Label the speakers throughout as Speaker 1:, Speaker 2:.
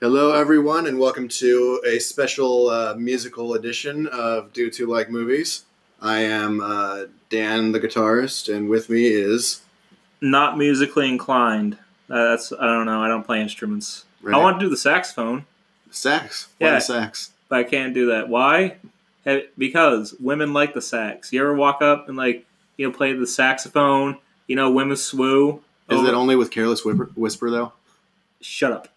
Speaker 1: Hello, everyone, and welcome to a special uh, musical edition of Do Two Like Movies. I am uh, Dan, the guitarist, and with me is.
Speaker 2: Not musically inclined. Uh, that's I don't know. I don't play instruments.
Speaker 1: Right.
Speaker 2: I want to do the saxophone,
Speaker 1: Sax. Why
Speaker 2: Yeah.
Speaker 1: the sax?
Speaker 2: but I can't do that. Why? Eh, Because women like the sax. You ever walk up and like you know play the saxophone? You know women swoo.
Speaker 1: Is
Speaker 2: over-
Speaker 1: that only with Careless Whisper, whisper though?
Speaker 2: Shut up.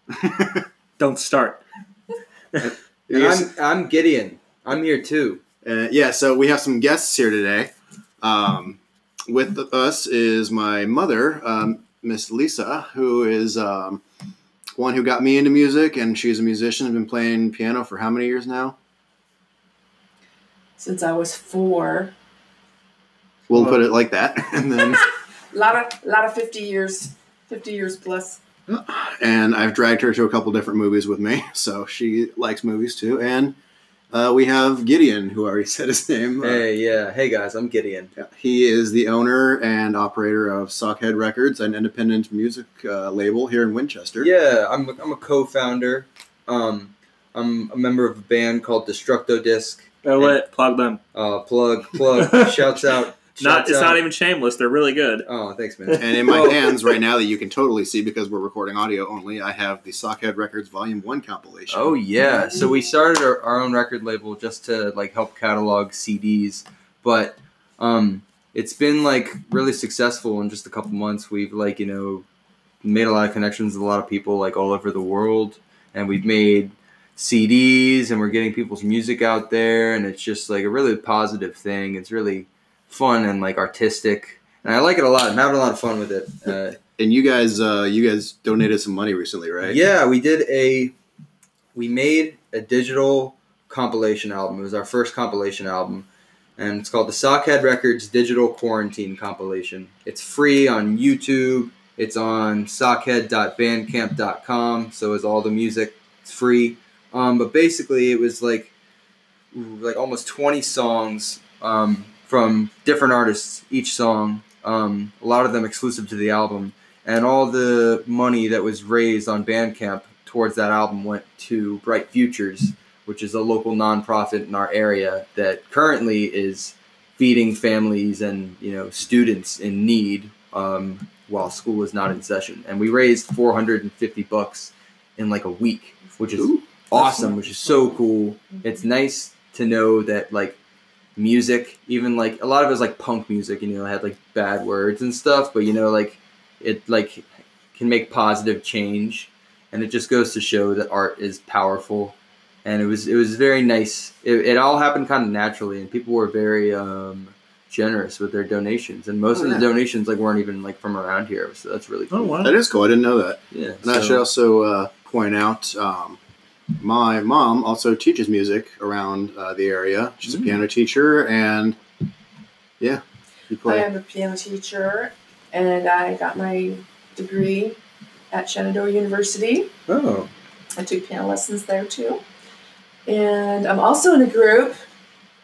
Speaker 2: don't start.
Speaker 3: And I'm, I'm Gideon. I'm here too.
Speaker 1: Uh, yeah, so we have some guests here today. Um, with us is my mother, um, Miss Lisa, who is um, one who got me into music, and she's a musician. Has been playing piano for how many years now?
Speaker 4: since I was four.
Speaker 1: We'll
Speaker 2: Well-
Speaker 1: put it like that, and then
Speaker 4: A lot of lot of fifty years, fifty years plus.
Speaker 1: and I've dragged her to a couple different movies with me, so she likes movies too. And uh, we have Gideon, who already said his name. Uh,
Speaker 3: Hey, yeah. Hey, guys, I'm Gideon.
Speaker 1: He is the owner and operator of Sockhead Records, an independent music uh, label here in Winchester.
Speaker 3: Yeah, I'm, I'm a co founder. Um, I'm a member of a band called Destructo Disc.
Speaker 2: Better let plug them.
Speaker 3: Uh, plug, plug, shouts out.
Speaker 2: not
Speaker 3: shouts
Speaker 2: it's
Speaker 3: out.
Speaker 2: not even shameless. They're really good.
Speaker 3: Oh, thanks, man.
Speaker 1: And in my
Speaker 3: Well-
Speaker 1: hands right now, that you can totally see because we're recording audio only, I have the Sockhead Records Volume One compilation.
Speaker 3: Oh yeah. So we started our, our own record label just to like help catalog CDs, but um, it's been like really successful in just a couple months. We've like you know made a lot of connections with a lot of people like all over the world, and we've made CDs, and we're getting people's music out there, and it's just like a really positive thing. It's really fun and like artistic, and I like it a lot. I'm having a lot of fun with it. Uh,
Speaker 1: and you guys, uh, you guys donated some money recently, right?
Speaker 3: yeah, we did a we made a digital compilation album. It was our first compilation album. And it's called the Sockhead Records Digital Quarantine Compilation. It's free on YouTube. It's on sockhead.bandcamp.com. So is all the music. It's free. Um, but basically, it was like like almost 20 songs um, from different artists each song um, a lot of them exclusive to the album and all the money that was raised on bandcamp towards that album went to bright futures which is a local nonprofit in our area that currently is feeding families and you know students in need um, while school is not in session and we raised 450 bucks in like a week which is
Speaker 1: Ooh.
Speaker 3: awesome which is so cool it's nice to know that like music even like a lot of it was like punk music you know it had like bad words and stuff but you know like it like can make positive change and it just goes to show that art is powerful and it was it was very nice it, it all happened kind of naturally and people were very um generous with their donations and most
Speaker 1: Oh,
Speaker 3: of the
Speaker 1: yeah.
Speaker 3: donations like weren't even like from around here so that's really cool
Speaker 2: Oh wow.
Speaker 1: that is cool. I didn't know that.
Speaker 3: yeah
Speaker 1: And I
Speaker 3: so-
Speaker 1: should also uh, point out um, my mom also teaches music around uh, the area. She's a
Speaker 2: Mm.
Speaker 1: piano teacher, and yeah, you
Speaker 4: I
Speaker 1: play.
Speaker 4: am a piano teacher, and I got my degree at Shenandoah University.
Speaker 3: oh
Speaker 4: I took piano lessons there too, and I'm also in a group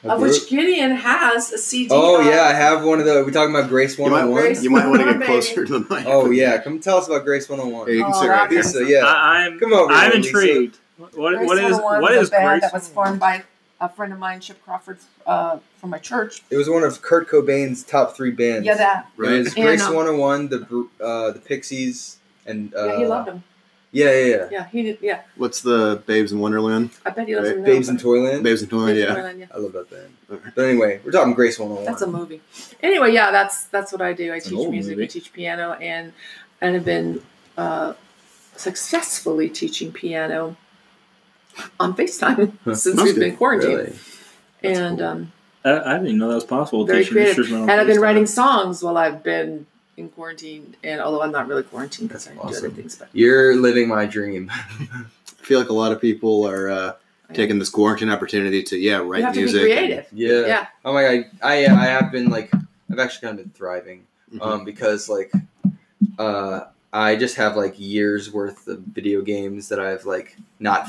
Speaker 4: of which Gideon has a CD.
Speaker 3: oh
Speaker 4: of.
Speaker 3: yeah i have one of the we talking about grace
Speaker 1: You might,
Speaker 3: 101
Speaker 4: Grace
Speaker 1: you might want to
Speaker 4: Come on,
Speaker 1: get
Speaker 4: baby.
Speaker 1: closer to the mic.
Speaker 3: Oh yeah, come tell us about Grace
Speaker 1: Here,
Speaker 3: 101.
Speaker 1: you can
Speaker 4: Oh,
Speaker 1: sit right here.
Speaker 4: that's-
Speaker 3: Lisa, yeah.
Speaker 2: I, I'm
Speaker 3: Come over.
Speaker 2: I'm
Speaker 3: here, Lisa.
Speaker 2: intrigued. What
Speaker 4: Grace
Speaker 2: what is
Speaker 4: 101
Speaker 2: what
Speaker 4: a
Speaker 2: is
Speaker 4: band
Speaker 2: Grace?
Speaker 4: that was formed by a friend of mine, Chip Crawford, uh, from my church.
Speaker 3: It was one of Kurt Cobain's top three bands.
Speaker 4: Yeah, that.
Speaker 3: It
Speaker 1: Right.
Speaker 3: was Grace
Speaker 4: And, uh,
Speaker 3: 101, the Br- uh, the Pixies, and uh,
Speaker 4: yeah, he loved him.
Speaker 3: yeah, yeah, yeah.
Speaker 4: Yeah, he did. Yeah,
Speaker 1: What's the Babes in Wonderland?
Speaker 4: I bet he loves
Speaker 1: Right.
Speaker 4: him.
Speaker 3: Babes in Toyland.
Speaker 1: Babes in Toyland, yeah.
Speaker 3: I love that band.
Speaker 1: Alright.
Speaker 3: But anyway, we're talking Grace 101.
Speaker 4: That's a movie. Anyway, yeah, that's that's what I do. I
Speaker 2: an
Speaker 4: teach
Speaker 2: old
Speaker 4: music,
Speaker 2: movie.
Speaker 4: I teach piano, and and have been uh, successfully teaching piano on FaceTime
Speaker 3: Huh.
Speaker 4: since
Speaker 1: That's
Speaker 4: we've
Speaker 1: good.
Speaker 4: been quarantined.
Speaker 3: really. That's
Speaker 4: and
Speaker 3: cool.
Speaker 4: um,
Speaker 2: I, I didn't even know that was possible.
Speaker 4: very
Speaker 2: Teaching teachers
Speaker 4: creative.
Speaker 2: now
Speaker 4: And I've been
Speaker 2: FaceTime.
Speaker 4: writing songs while I've been in quarantine. And although I'm not really quarantined because I
Speaker 3: That's
Speaker 4: do
Speaker 3: awesome.
Speaker 4: other things, but
Speaker 3: You're living my dream.
Speaker 1: I feel like a lot of people are uh,
Speaker 4: I-
Speaker 1: taking this quarantine opportunity to yeah write
Speaker 4: Oh, you have
Speaker 1: music.
Speaker 4: to be creative.
Speaker 3: yeah.
Speaker 4: Yeah.
Speaker 3: Oh my god, I I have been like I've actually kind of been thriving.
Speaker 1: Mhm.
Speaker 3: um, because like uh, I just have like years worth of video games that I've like not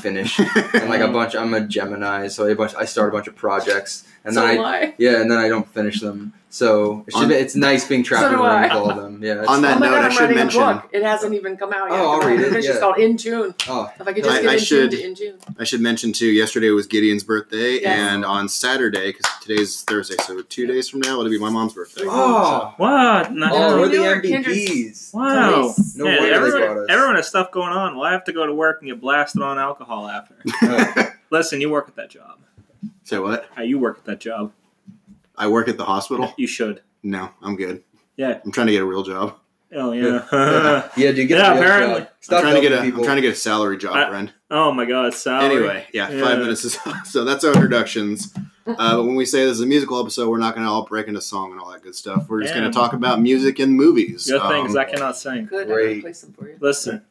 Speaker 3: finished. and like a bunch, I'm a Gemini, so a bunch, I start a bunch of projects, and
Speaker 4: so
Speaker 3: then I,
Speaker 4: am I.
Speaker 3: yeah, and then I don't finish them. So it's, just,
Speaker 1: On-
Speaker 3: it's nice being trapped
Speaker 4: So
Speaker 3: in
Speaker 4: do
Speaker 3: the room
Speaker 4: I.
Speaker 3: with all of them. Yeah. it's
Speaker 1: On that
Speaker 3: fun.
Speaker 4: oh my
Speaker 1: note,
Speaker 4: God,
Speaker 1: I
Speaker 4: I'm
Speaker 1: should
Speaker 4: writing
Speaker 1: mention-
Speaker 4: a book. It hasn't even come out yet.
Speaker 3: Oh, I'll read it,
Speaker 4: It's
Speaker 3: yeah.
Speaker 4: just called In Tune.
Speaker 3: Oh,
Speaker 4: If I could just
Speaker 1: I-
Speaker 4: get
Speaker 1: I
Speaker 4: In
Speaker 1: should-
Speaker 4: Tune to In Tune.
Speaker 1: I should mention too. Yesterday was Gideon's birthday,
Speaker 4: Yes.
Speaker 1: and on Saturday, because today's Thursday, so two days from now it'll be my mom's birthday.
Speaker 3: oh,
Speaker 5: What? Not
Speaker 3: oh, we're
Speaker 4: we
Speaker 3: the
Speaker 4: are kindred-
Speaker 3: MVPs.
Speaker 5: wow.
Speaker 4: Nice.
Speaker 3: No
Speaker 5: Man,
Speaker 3: wonder they
Speaker 5: everyone,
Speaker 3: brought us.
Speaker 5: everyone has stuff going on. Well, I have to go to work and get blasted on alcohol after.
Speaker 3: Right.
Speaker 5: Listen, you work at that job.
Speaker 1: Say what?
Speaker 5: Hey, you work at that job.
Speaker 1: I work at the hospital.
Speaker 5: You should.
Speaker 1: No, I'm good.
Speaker 5: Yeah.
Speaker 1: I'm trying to get a real job.
Speaker 5: Oh yeah.
Speaker 3: yeah, dude, get
Speaker 5: Yeah,
Speaker 3: the real
Speaker 5: apparently.
Speaker 3: job.
Speaker 1: I'm
Speaker 3: Stop
Speaker 1: trying to get a.
Speaker 3: helping
Speaker 1: am
Speaker 3: people.
Speaker 1: trying to get a salary job,
Speaker 5: I-
Speaker 1: friend.
Speaker 5: oh my God. Salary.
Speaker 1: Anyway, yeah,
Speaker 5: Yeah.
Speaker 1: five minutes is so that's our introductions. Uh, but when we say this is a musical episode, we're not going to all break into song and all that good stuff. We're just going
Speaker 5: Yeah.
Speaker 1: to talk about music and movies.
Speaker 5: Good thing is
Speaker 1: Um,
Speaker 5: I cannot sing.
Speaker 4: Good. I'm
Speaker 3: Great.
Speaker 4: gonna play some for you.
Speaker 5: Listen,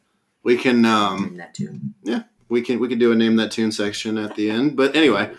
Speaker 1: we can um,
Speaker 4: In that tune.
Speaker 1: we can we can do a name that tune section at the end. But anyway,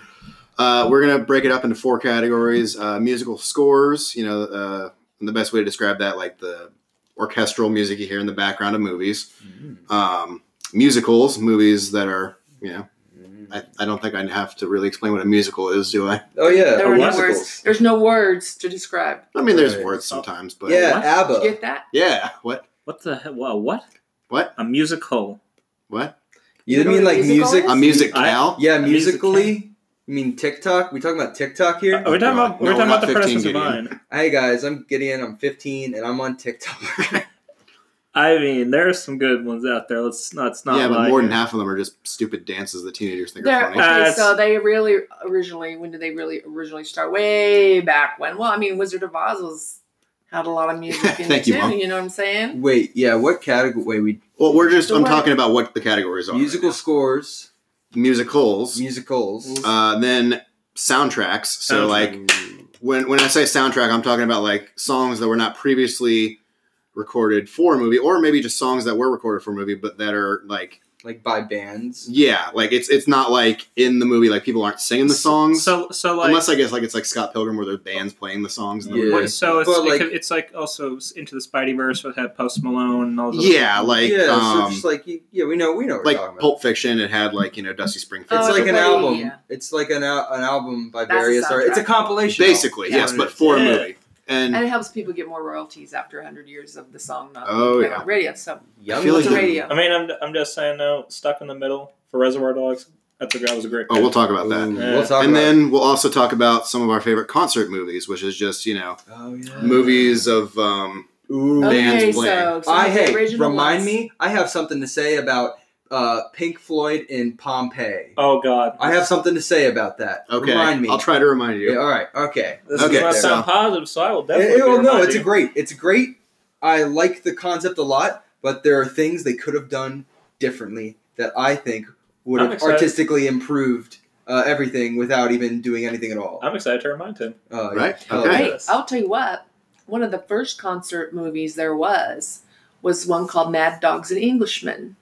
Speaker 1: uh, we're gonna break it up into four categories: uh, musical scores. You know, uh, and the best way to describe that, like the orchestral music you hear in the background of movies.
Speaker 5: Mm.
Speaker 1: Um, musicals, movies that are you know.
Speaker 5: Mm.
Speaker 1: I, I don't think I have to really explain what a musical is, do I?
Speaker 3: Oh yeah,
Speaker 4: There were no
Speaker 3: musicals.
Speaker 4: words. There's no words to describe.
Speaker 1: I mean, there's
Speaker 3: Right.
Speaker 1: words sometimes, but
Speaker 5: What?
Speaker 3: yeah,
Speaker 4: Did you
Speaker 3: ABBA.
Speaker 4: get that?
Speaker 1: yeah. What
Speaker 5: what the hell? Wha- What?
Speaker 1: What?
Speaker 5: A musical.
Speaker 1: what?
Speaker 3: You,
Speaker 4: You know
Speaker 3: mean
Speaker 4: what
Speaker 3: like
Speaker 4: a musical
Speaker 3: music?
Speaker 4: is?
Speaker 1: A music
Speaker 5: I-
Speaker 1: cal?
Speaker 3: Yeah,
Speaker 5: A music-
Speaker 3: musically. You mean TikTok? We talking about TikTok here?
Speaker 5: Are we talking about?
Speaker 1: No, we're
Speaker 5: we're talking about
Speaker 1: not
Speaker 5: the Princess
Speaker 1: 15
Speaker 5: Divine.
Speaker 3: Hey guys, I'm Gideon. I'm 15, and I'm on TikTok.
Speaker 5: I mean, there are some good ones out there. Let's not. Let's not
Speaker 1: yeah, but
Speaker 5: lie
Speaker 1: more than
Speaker 5: here.
Speaker 1: half of them are just stupid dances that teenagers think
Speaker 4: They're,
Speaker 1: are funny.
Speaker 5: Uh,
Speaker 4: okay,
Speaker 5: it's-
Speaker 4: so they really originally when did they really originally start? Way back when? Well, I mean, Wizard of Oz was had a lot of music in it
Speaker 1: Thank you,
Speaker 4: too.
Speaker 1: Mom.
Speaker 4: You know what I'm saying?
Speaker 3: Wait, yeah. What category? Wait, we
Speaker 1: well, we're just,
Speaker 4: So
Speaker 1: I'm
Speaker 4: what-
Speaker 1: talking about what the categories are. right
Speaker 3: musical
Speaker 1: now.
Speaker 3: scores,
Speaker 1: musicals.
Speaker 3: musicals.
Speaker 1: Uh, then soundtracks. So
Speaker 5: Soundtrack.
Speaker 1: like when when I say soundtrack, I'm talking about like songs that were not previously recorded for a movie, or maybe just songs that were recorded for a movie, but that are like
Speaker 3: like by bands.
Speaker 1: yeah, like it's it's not like in the movie like people aren't singing the songs.
Speaker 5: So so like.
Speaker 1: Unless I guess like it's like Scott Pilgrim where there's bands playing the songs. In the
Speaker 3: Yeah.
Speaker 1: movie.
Speaker 5: What, so it's,
Speaker 3: But,
Speaker 5: it
Speaker 3: like-
Speaker 5: could- it's like also into the Spidey verse with had Post Malone and all those.
Speaker 1: yeah, like
Speaker 3: yeah, so
Speaker 1: um,
Speaker 3: just like you- yeah, we know we know what
Speaker 1: like
Speaker 3: we're talking about.
Speaker 1: Pulp Fiction, it had like you know Dusty Springfield.
Speaker 4: Oh,
Speaker 3: it's like an
Speaker 4: everybody,
Speaker 3: album.
Speaker 4: yeah.
Speaker 3: It's like an al- an album by
Speaker 4: That's a
Speaker 3: various artists. It's a
Speaker 4: soundtrack.
Speaker 3: compilation,
Speaker 1: basically yes, but for a
Speaker 5: Yeah.
Speaker 1: movie. And
Speaker 4: And it helps people get more royalties after 100 years of the song not
Speaker 1: Oh,
Speaker 4: playing
Speaker 1: yeah.
Speaker 4: on radio. So
Speaker 3: Young
Speaker 1: I feel
Speaker 4: it's
Speaker 1: like
Speaker 4: a
Speaker 1: the-
Speaker 4: radio.
Speaker 5: I mean, I'm, I'm just saying, though, Stuck in the Middle for Reservoir Dogs. That's a, that was a great
Speaker 1: oh, we'll talk about that.
Speaker 3: Ooh,
Speaker 5: Yeah.
Speaker 3: We'll talk
Speaker 1: and
Speaker 3: about
Speaker 1: then we'll also talk about some of our favorite concert movies, which is just you know
Speaker 3: it. Oh, yeah.
Speaker 1: movies of um,
Speaker 3: Ooh.
Speaker 1: Bands playing.
Speaker 4: okay, so some
Speaker 3: I
Speaker 4: of the
Speaker 3: hey,
Speaker 4: original
Speaker 3: remind
Speaker 4: ones.
Speaker 3: me, I have something to say about uh, Pink Floyd in Pompeii.
Speaker 5: Oh, God.
Speaker 3: I have something to say about that.
Speaker 1: okay.
Speaker 3: Remind me.
Speaker 1: I'll try to remind you.
Speaker 3: Yeah, all right. Okay.
Speaker 5: This
Speaker 1: Okay,
Speaker 5: does not
Speaker 1: so-
Speaker 5: sound positive, so I will
Speaker 3: It,
Speaker 5: definitely. be
Speaker 3: Eh, well, no,
Speaker 5: reminded.
Speaker 3: it's a great. It's great. I like the concept a lot, but there are things they could have done differently that I think would
Speaker 5: I'm
Speaker 3: have
Speaker 5: excited.
Speaker 3: artistically improved uh, everything without even doing anything at all.
Speaker 5: I'm excited to remind him.
Speaker 3: Uh,
Speaker 1: Right?
Speaker 3: hell
Speaker 1: Okay.
Speaker 3: yeah.
Speaker 4: Hey, I'll tell you what. One of the first concert movies there was was one called Mad Dogs and Englishmen.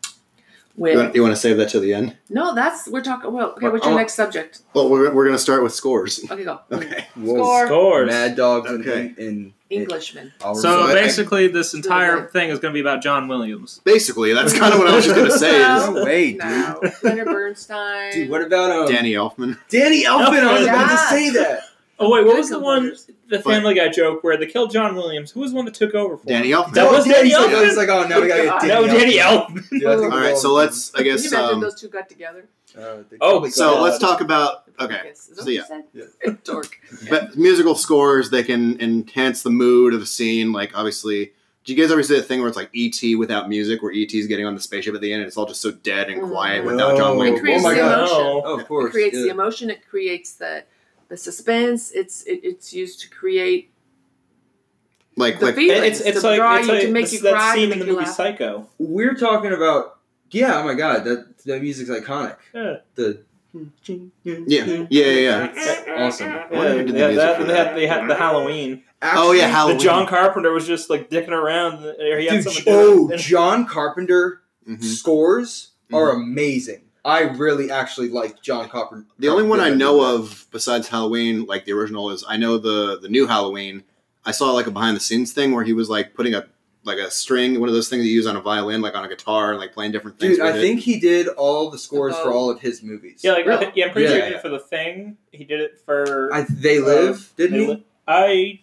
Speaker 1: You,
Speaker 4: With
Speaker 1: want, you want to save that to the end?
Speaker 4: no, that's we're talking. Well, okay,
Speaker 3: Well,
Speaker 4: what's
Speaker 3: I
Speaker 4: your
Speaker 3: want-
Speaker 4: next subject?
Speaker 1: Well, we're, we're going to start with scores.
Speaker 4: Okay, go.
Speaker 1: oh. Okay.
Speaker 3: Whoa.
Speaker 5: Scores.
Speaker 3: Mad Dogs in-
Speaker 1: Okay.
Speaker 3: in, in
Speaker 4: Englishman.
Speaker 3: I'll
Speaker 5: So
Speaker 1: I-
Speaker 3: resolve-
Speaker 5: basically, this entire thing is going to be about John Williams.
Speaker 1: Basically, that's kind of what I was just going to say is
Speaker 3: no way, dude.
Speaker 4: No, Leonard Bernstein.
Speaker 3: Dude, what about um,
Speaker 1: Danny
Speaker 3: Danny,
Speaker 1: Elfman.
Speaker 3: Elfman? I was about to
Speaker 4: Yeah.
Speaker 3: say that.
Speaker 5: Oh wait, what was
Speaker 4: Jacob
Speaker 5: the one,
Speaker 4: Waters.
Speaker 5: the Family Guy joke where they killed John Williams? Who was the one that took over for
Speaker 1: Danny
Speaker 5: him?
Speaker 1: Elfman.
Speaker 5: That was Danny
Speaker 3: he's like-
Speaker 5: Elfman?
Speaker 3: he's like, oh, now we gotta get
Speaker 5: No,
Speaker 3: Danny
Speaker 5: Danny
Speaker 3: Elfman.
Speaker 5: Elfman.
Speaker 3: Dude, I think
Speaker 1: All
Speaker 3: we're
Speaker 1: right, so
Speaker 3: all-
Speaker 1: let's, I
Speaker 4: Can you
Speaker 1: guess,
Speaker 4: imagine
Speaker 1: um,
Speaker 4: those two got together?
Speaker 3: Uh, they
Speaker 5: Oh,
Speaker 3: probably
Speaker 1: so
Speaker 3: got-
Speaker 1: let's talk about, okay,
Speaker 4: Yes. Is that
Speaker 1: so
Speaker 4: what you
Speaker 1: yeah.
Speaker 4: said?
Speaker 3: Yeah.
Speaker 4: Dork.
Speaker 1: but musical scores, they can enhance the mood of a scene. Like, obviously, do you guys ever see the thing where it's like E.T. without music, where E.T.'s getting on the spaceship at the end and it's all just so dead and quiet
Speaker 4: Mm.
Speaker 1: without John
Speaker 3: No.
Speaker 1: Wayne?
Speaker 4: It creates
Speaker 3: Mm-hmm. Oh my
Speaker 4: the
Speaker 3: God.
Speaker 4: emotion.
Speaker 5: No.
Speaker 3: Oh, of
Speaker 4: It
Speaker 3: course.
Speaker 4: creates the
Speaker 3: yeah.
Speaker 4: emotion. It creates the the suspense. It's it, it's used to create
Speaker 1: Like,
Speaker 4: the
Speaker 1: like
Speaker 5: It's
Speaker 4: feelings
Speaker 5: it's
Speaker 4: to
Speaker 5: like
Speaker 4: draw
Speaker 5: it's
Speaker 4: you
Speaker 5: like
Speaker 4: to make
Speaker 5: this-
Speaker 4: you
Speaker 5: that
Speaker 4: cry to
Speaker 5: scene
Speaker 4: make
Speaker 5: in the
Speaker 4: you
Speaker 5: movie
Speaker 4: laugh.
Speaker 5: Psycho.
Speaker 3: We're talking about. Yeah. Oh my God. That that music's iconic.
Speaker 5: Yeah.
Speaker 3: The.
Speaker 1: yeah, yeah, yeah, yeah.
Speaker 3: That's awesome.
Speaker 1: Why did they do the
Speaker 5: Yeah,
Speaker 1: music
Speaker 5: that-
Speaker 1: for
Speaker 5: they had they had the Halloween.
Speaker 1: Oh, yeah, how- Halloween.
Speaker 5: The John Carpenter was just like dicking around. Or he had
Speaker 3: Dude,
Speaker 5: someone do
Speaker 3: oh,
Speaker 5: it. And-
Speaker 3: John Carpenter
Speaker 1: Mhm.
Speaker 3: scores are amazing. I really actually like John Carpenter.
Speaker 1: The only one I know of besides Halloween, like the original, is I know the the new Halloween. I saw like a behind the scenes thing where he was like putting a like a string, one of those things you use on a violin, like on a guitar, and like playing different things.
Speaker 3: Dude,
Speaker 1: with
Speaker 3: I
Speaker 1: it.
Speaker 3: think he did all the scores for
Speaker 4: Oh.
Speaker 3: all of his movies.
Speaker 5: Yeah, like
Speaker 4: Really?
Speaker 5: yeah, I'm pretty sure
Speaker 3: Yeah.
Speaker 5: he did it for the thing. He did it for.
Speaker 3: I, they
Speaker 5: uh,
Speaker 3: live, didn't
Speaker 5: They
Speaker 3: he?
Speaker 5: Li- I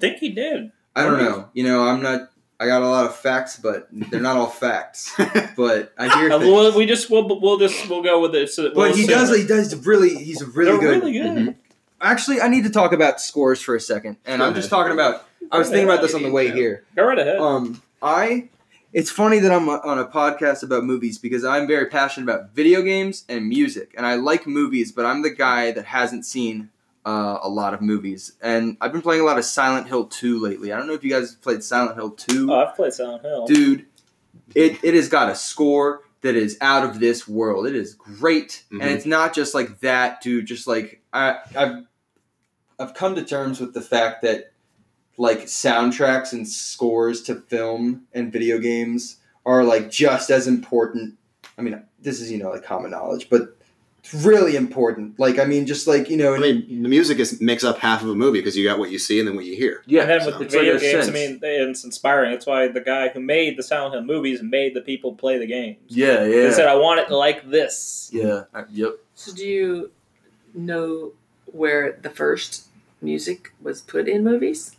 Speaker 5: think he did.
Speaker 3: I don't know. You know, I'm not. I got a lot of facts, but they're not all facts. But I hear
Speaker 5: Uh,
Speaker 3: things.
Speaker 5: well, we just we'll, we'll just we'll go with it. So that
Speaker 3: but
Speaker 5: we'll
Speaker 3: he
Speaker 5: assume
Speaker 3: does.
Speaker 5: it.
Speaker 3: He does really. He's really
Speaker 5: They're
Speaker 3: good.
Speaker 5: really good.
Speaker 3: Mhm. Actually, I need to talk about scores for a second, and
Speaker 1: Go
Speaker 3: I'm just talking about. I was
Speaker 5: Go
Speaker 3: thinking about
Speaker 5: ahead.
Speaker 3: this on the way here.
Speaker 5: Go right ahead.
Speaker 3: Um, I. It's funny that I'm on a podcast about movies because I'm very passionate about video games and music, and I like movies, but I'm the guy that hasn't seen uh, a lot of movies, and I've been playing a lot of Silent Hill 2 lately. I don't know if you guys have played Silent Hill 2,
Speaker 5: oh, I've played Silent Hill.
Speaker 3: dude. It it has got a score that is out of this world. It is great,
Speaker 1: Mhm.
Speaker 3: and it's not just like that, dude. Just like I I've I've come to terms with the fact that like soundtracks and scores to film and video games are like just as important. I mean, this is you know like common knowledge, but it's really important. Like I mean, just like you know,
Speaker 1: I mean, the music is makes up half of a movie because you got what you see and then what you hear.
Speaker 3: yeah,
Speaker 5: and then with the
Speaker 3: it's like
Speaker 5: video
Speaker 3: a
Speaker 5: games, I
Speaker 3: sense.
Speaker 5: mean, they- it's inspiring. That's why the guy who made the Silent Hill movies made the people play the games.
Speaker 3: yeah,
Speaker 5: He said, "I want it like this."
Speaker 3: yeah, uh, yep.
Speaker 4: So, do you know where the first music was put in movies?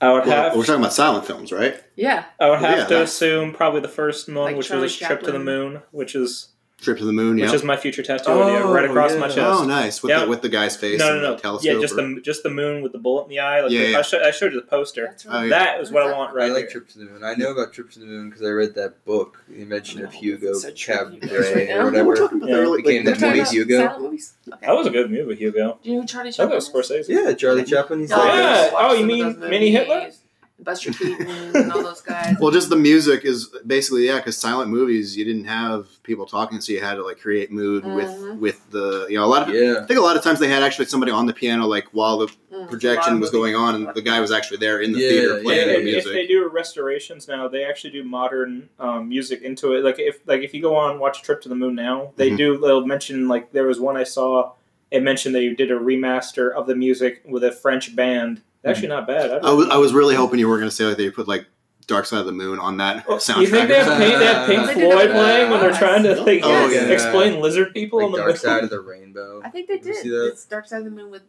Speaker 5: I would
Speaker 1: Well,
Speaker 5: have.
Speaker 1: we're talking about silent films, right?
Speaker 4: Yeah.
Speaker 5: I would have
Speaker 1: Yeah,
Speaker 5: to
Speaker 1: that's-
Speaker 5: assume probably the first one,
Speaker 4: Like
Speaker 5: which
Speaker 4: Charlie
Speaker 5: was a trip to the
Speaker 4: Chaplin.
Speaker 5: moon, which is
Speaker 1: Trip to the Moon. Yeah.
Speaker 5: which is my future tattoo
Speaker 3: Oh,
Speaker 5: idea, right across my
Speaker 3: yeah.
Speaker 5: chest.
Speaker 1: Oh, nice with
Speaker 5: Yeah.
Speaker 1: the with the guy's face.
Speaker 5: no,
Speaker 1: and
Speaker 5: no,
Speaker 1: The
Speaker 5: no.
Speaker 1: telescope
Speaker 5: Yeah, just the just the moon with the bullet in the eye. Like
Speaker 1: Yeah,
Speaker 5: the-
Speaker 1: yeah.
Speaker 5: I, show, I showed you the poster.
Speaker 4: That's
Speaker 1: Oh,
Speaker 4: right.
Speaker 1: yeah.
Speaker 5: That is what I want right
Speaker 3: I like
Speaker 5: here.
Speaker 3: Trip to the Moon. I know about Trip to the Moon because I read that book, The Invention of
Speaker 4: No,
Speaker 3: Hugo
Speaker 4: it's such a
Speaker 3: Cabret
Speaker 4: Hugo right now.
Speaker 1: No, we're
Speaker 3: or whatever.
Speaker 1: talking about
Speaker 5: Yeah.
Speaker 1: the early,
Speaker 3: Became
Speaker 1: like,
Speaker 3: the
Speaker 1: the
Speaker 4: We're talking
Speaker 1: 20s.
Speaker 3: movies.
Speaker 4: about
Speaker 3: Hugo.
Speaker 4: silent movies? Okay.
Speaker 5: That was a good movie, Hugo.
Speaker 4: Do you know who Charlie
Speaker 5: That
Speaker 4: Chaplin?
Speaker 5: was Scorsese.
Speaker 3: Yeah, Charlie Chaplin. He's
Speaker 4: No,
Speaker 3: like,
Speaker 4: I
Speaker 5: Yeah.
Speaker 4: just watched
Speaker 5: Oh, you
Speaker 4: some of
Speaker 5: mean
Speaker 4: those
Speaker 5: Mini Hitler?
Speaker 4: movies. Buster Keaton and all those guys.
Speaker 1: Well, just the music is basically yeah, because silent movies you didn't have people talking, so you had to like create mood
Speaker 4: Mhm.
Speaker 1: with with the you know a lot of
Speaker 3: yeah.
Speaker 1: I think a lot of times they had actually somebody on the piano, like while the
Speaker 4: Mm.
Speaker 1: projection was
Speaker 4: Lot of
Speaker 1: going on, and the guy was actually there in the
Speaker 3: Yeah,
Speaker 1: theater playing
Speaker 5: And
Speaker 3: yeah,
Speaker 1: the
Speaker 5: if, if
Speaker 1: music.
Speaker 5: they do restorations now, they actually do modern um, music into it. Like if like if you go on and watch a Trip to the Moon now, they
Speaker 1: Mhm.
Speaker 5: do. They'll mention like there was one I saw. It mentioned they did a remaster of the music with a French band.
Speaker 1: Mm-hmm.
Speaker 5: Actually, not bad. I
Speaker 1: I,
Speaker 5: don't-
Speaker 1: was, I was really hoping you were going to say like they put like Dark Side of the Moon on that
Speaker 5: Oh,
Speaker 1: soundtrack.
Speaker 5: You think they have, Pink, they have Pink
Speaker 4: They did
Speaker 5: Floyd
Speaker 4: that.
Speaker 5: playing when they're trying to like,
Speaker 1: Oh, yeah.
Speaker 5: explain lizard people
Speaker 3: Like
Speaker 5: on the
Speaker 3: Dark
Speaker 5: moon?
Speaker 3: Side of the Rainbow.
Speaker 4: I think they
Speaker 3: Did you
Speaker 4: did.
Speaker 3: see that?
Speaker 4: It's Dark Side of the Moon with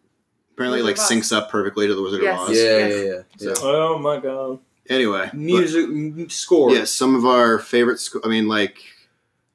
Speaker 1: Apparently, like
Speaker 4: Wizard of Oz.
Speaker 1: syncs up perfectly to the Wizard
Speaker 4: Yes.
Speaker 1: of
Speaker 3: Yeah,
Speaker 1: Oz.
Speaker 3: yeah, yeah.
Speaker 4: Yes.
Speaker 3: yeah.
Speaker 5: Oh my god!
Speaker 1: Anyway, but-
Speaker 3: Music m- score.
Speaker 1: Yes, some of our favorite. Sc- I mean, like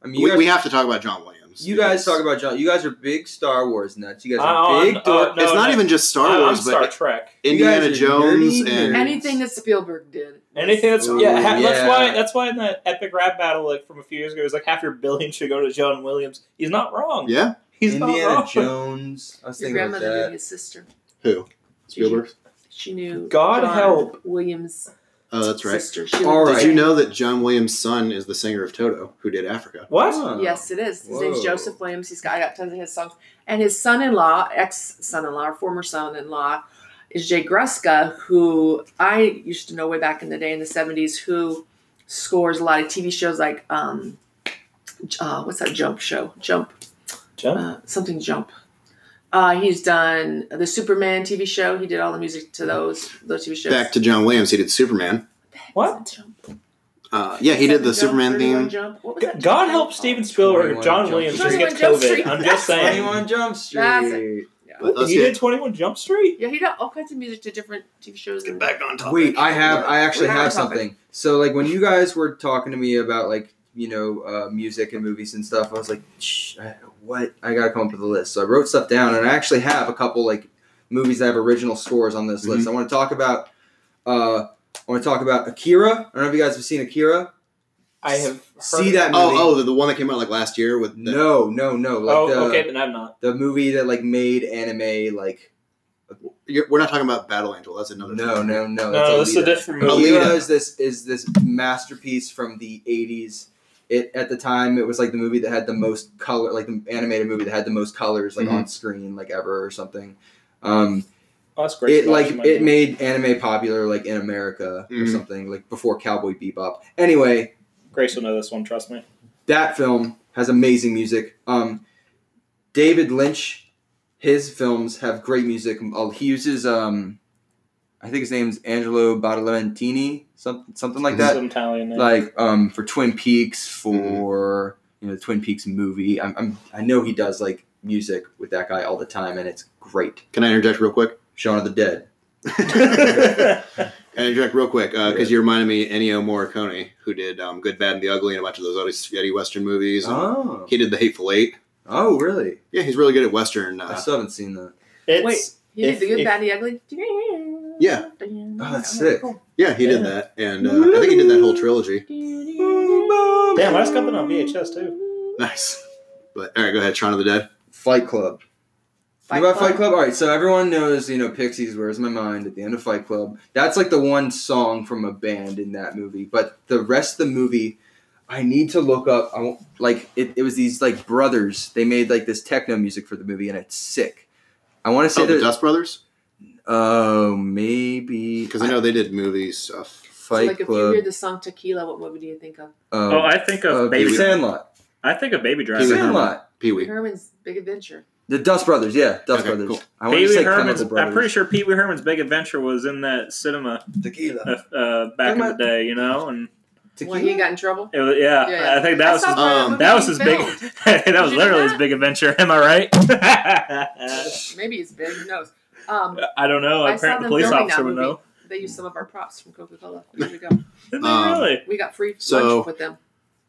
Speaker 3: I mean, you
Speaker 1: we,
Speaker 3: guys,
Speaker 1: we have to talk about John Williams.
Speaker 3: you
Speaker 1: because
Speaker 3: guys talk about John. You guys are big Star Wars nuts. You guys
Speaker 5: Oh,
Speaker 3: are big
Speaker 5: I'm-
Speaker 3: dork.
Speaker 5: No,
Speaker 1: it's not
Speaker 5: no.
Speaker 1: even just Star
Speaker 5: I'm
Speaker 1: Wars,
Speaker 5: Star
Speaker 1: but
Speaker 5: Trek.
Speaker 3: You
Speaker 1: Indiana
Speaker 3: guys are
Speaker 1: Jones
Speaker 3: nerdy
Speaker 1: and
Speaker 4: anything that Spielberg did.
Speaker 5: Anything that's
Speaker 3: Ooh,
Speaker 5: yeah, ha-
Speaker 3: yeah.
Speaker 5: that's why that's why in that epic rap battle like from a few years ago, it was like half your billion should go to John Williams. He's not wrong.
Speaker 1: yeah,
Speaker 5: He's not
Speaker 3: Indiana
Speaker 5: wrong.
Speaker 3: Jones. I was
Speaker 4: Your
Speaker 3: thinking about
Speaker 4: grandmother knew
Speaker 3: that.
Speaker 4: his sister.
Speaker 1: who Spielberg.
Speaker 4: She knew.
Speaker 5: God
Speaker 4: John
Speaker 5: help.
Speaker 4: Williams'
Speaker 1: Oh, that's right.
Speaker 4: sister. She
Speaker 3: All
Speaker 4: lived
Speaker 1: Did
Speaker 3: right.
Speaker 1: you know that John Williams' son is the singer of Toto, who did Africa?
Speaker 5: What?
Speaker 3: Huh.
Speaker 4: Yes, it is. His name's
Speaker 3: Whoa.
Speaker 4: Joseph Williams. He's got I got tons of his songs. And his son-in-law, ex-son-in-law, or former son-in-law, is Jay Gruska, who I used to know way back in the day in the '70s, who scores a lot of TV shows like um, uh, what's that Jump show? Jump,
Speaker 5: John?
Speaker 4: uh, something Jump. Uh, he's done the Superman TV show. He did all the music to those those TV shows.
Speaker 1: Back to John Williams, he did Superman.
Speaker 5: What?
Speaker 4: Jump.
Speaker 1: Uh, yeah, he did the
Speaker 4: Jump,
Speaker 1: Superman
Speaker 4: 31
Speaker 1: theme.
Speaker 4: Jump. What was
Speaker 5: G-
Speaker 4: that?
Speaker 5: God help Steven Spielberg if
Speaker 3: 21
Speaker 5: John
Speaker 3: Jump
Speaker 5: Williams just
Speaker 4: Street.
Speaker 5: gets
Speaker 4: 21 Jump
Speaker 5: COVID.
Speaker 4: Street.
Speaker 5: I'm just saying.
Speaker 3: Twenty-one Jump
Speaker 4: That's
Speaker 3: Street.
Speaker 1: But let's
Speaker 5: He
Speaker 1: get,
Speaker 5: did 21 Jump Street?
Speaker 4: Yeah, he did all kinds of music to different TV shows.
Speaker 1: get
Speaker 4: and-
Speaker 1: back on topic.
Speaker 3: Wait, I have. I actually
Speaker 4: We're not
Speaker 3: have
Speaker 4: on topic.
Speaker 3: something. So, like, when you guys were talking to me about like you know uh, music and movies and stuff, I was like, Shh, I, what? I gotta come up with a list. So I wrote stuff down, and I actually have a couple like movies that have original scores on this list. I want to talk about. Uh, I want to talk about Akira. I don't know if you guys have seen Akira.
Speaker 5: I have heard
Speaker 3: See that movie?
Speaker 1: Oh, oh, the, the one that came out like last year with the,
Speaker 3: no, no, no. Like uh,
Speaker 5: Oh,
Speaker 3: the,
Speaker 5: okay, then I'm not.
Speaker 3: the movie that like made anime like
Speaker 1: You're, we're not talking about Battle Angel. That's another.
Speaker 3: no, no,
Speaker 5: No,
Speaker 3: no. that's
Speaker 5: this is a
Speaker 3: oh, Alita.
Speaker 5: different movie.
Speaker 1: Alita.
Speaker 3: Alita is this is this masterpiece from the '80s. It at the time it was like the movie that had the most color, like the animated movie that had the most colors, like
Speaker 1: Mhm.
Speaker 3: on screen, like ever or something. Um,
Speaker 5: Oh, that's great.
Speaker 3: it like
Speaker 5: Smash, my
Speaker 3: it
Speaker 5: God.
Speaker 3: made anime popular, like in America or
Speaker 1: Mhm.
Speaker 3: something, like before Cowboy Bebop. Anyway,
Speaker 5: Grace will know this one, trust me.
Speaker 3: that film has amazing music. Um, David Lynch, his films have great music. Uh, He uses um, I think his name's Angelo Badalamenti, something something like that.
Speaker 5: Some Italian name.
Speaker 3: Like um, for Twin Peaks, for you know the Twin Peaks movie. I'm, I'm I know he does like music with that guy all the time, and it's great.
Speaker 1: Can I interject real quick?
Speaker 3: Shaun of the Dead.
Speaker 1: Can I interject real quick? Because you reminded me Ennio Morricone, who did um, Good, Bad, and the Ugly and a bunch of those other spaghetti Western movies. and
Speaker 3: Oh,
Speaker 1: He did The Hateful Eight.
Speaker 3: oh, really?
Speaker 1: Yeah, he's really good at Western.
Speaker 3: I
Speaker 1: Uh,
Speaker 3: still haven't seen that.
Speaker 5: it's,
Speaker 4: Wait. You did
Speaker 5: If-
Speaker 4: the good,
Speaker 5: if-
Speaker 4: bad, the ugly.
Speaker 1: Yeah.
Speaker 3: Oh, that's sick.
Speaker 1: yeah, he did
Speaker 5: Yeah.
Speaker 1: that. And uh, I think he did that whole trilogy.
Speaker 5: Damn, that's coming on VHS too.
Speaker 1: Nice. But all right, go ahead. Shaun of the Dead.
Speaker 3: Fight Club.
Speaker 4: Fight
Speaker 3: you know about
Speaker 4: Club?
Speaker 3: Fight Club? All right, so everyone knows, you know, Pixies, Where's My Mind at the end of Fight Club. That's like the one song from a band in that movie. But the rest of the movie, I need to look up. I won't, like, it, it was these, like, brothers. They made, like, this techno music for the movie, and it's sick. I want to say
Speaker 1: Oh, the
Speaker 3: that.
Speaker 1: Dust Brothers?
Speaker 3: Oh, maybe.
Speaker 1: Because I know they did movie stuff.
Speaker 4: So,
Speaker 3: Fight
Speaker 4: like, if you
Speaker 3: Club.
Speaker 4: hear the song Tequila, what movie do you think of?
Speaker 3: um,
Speaker 2: Oh, I think of
Speaker 3: uh,
Speaker 2: baby.
Speaker 3: Sandlot.
Speaker 2: I think of Baby Driver.
Speaker 1: Pee Wee
Speaker 3: Sandlot.
Speaker 1: Pee Wee.
Speaker 4: Herman's Big Adventure.
Speaker 3: The Dust Brothers, yeah. Dust
Speaker 1: Okay,
Speaker 3: Brothers.
Speaker 1: cool.
Speaker 3: I want
Speaker 2: Pee
Speaker 3: to
Speaker 2: Wee
Speaker 3: say
Speaker 2: Herman's.
Speaker 3: Chemical Brothers.
Speaker 2: I'm pretty sure Pee Wee Herman's Big Adventure was in that cinema uh,
Speaker 3: Tequila.
Speaker 2: uh, back
Speaker 3: Come
Speaker 2: in the
Speaker 3: on.
Speaker 2: day, you know, and
Speaker 4: When he got in trouble.
Speaker 2: it was, yeah,
Speaker 4: Yeah.
Speaker 2: I think that was
Speaker 4: I saw
Speaker 2: his,
Speaker 4: part of
Speaker 1: um,
Speaker 4: the
Speaker 2: that
Speaker 4: movie
Speaker 2: was his
Speaker 4: he
Speaker 2: big
Speaker 4: filmed.
Speaker 2: that was
Speaker 4: Did you know
Speaker 2: literally his
Speaker 4: that?
Speaker 2: big adventure. Am I right?
Speaker 4: Maybe he's big. Who knows? Um,
Speaker 2: I don't know.
Speaker 4: I saw
Speaker 2: Oh, Apparently,
Speaker 4: them
Speaker 2: the police
Speaker 4: filming
Speaker 2: officer
Speaker 4: that
Speaker 2: would
Speaker 4: movie.
Speaker 2: know.
Speaker 4: they used some of our props from Coca Cola. There we go.
Speaker 2: Did they
Speaker 1: Um,
Speaker 2: really?
Speaker 4: We got free
Speaker 1: So,
Speaker 4: lunch with them.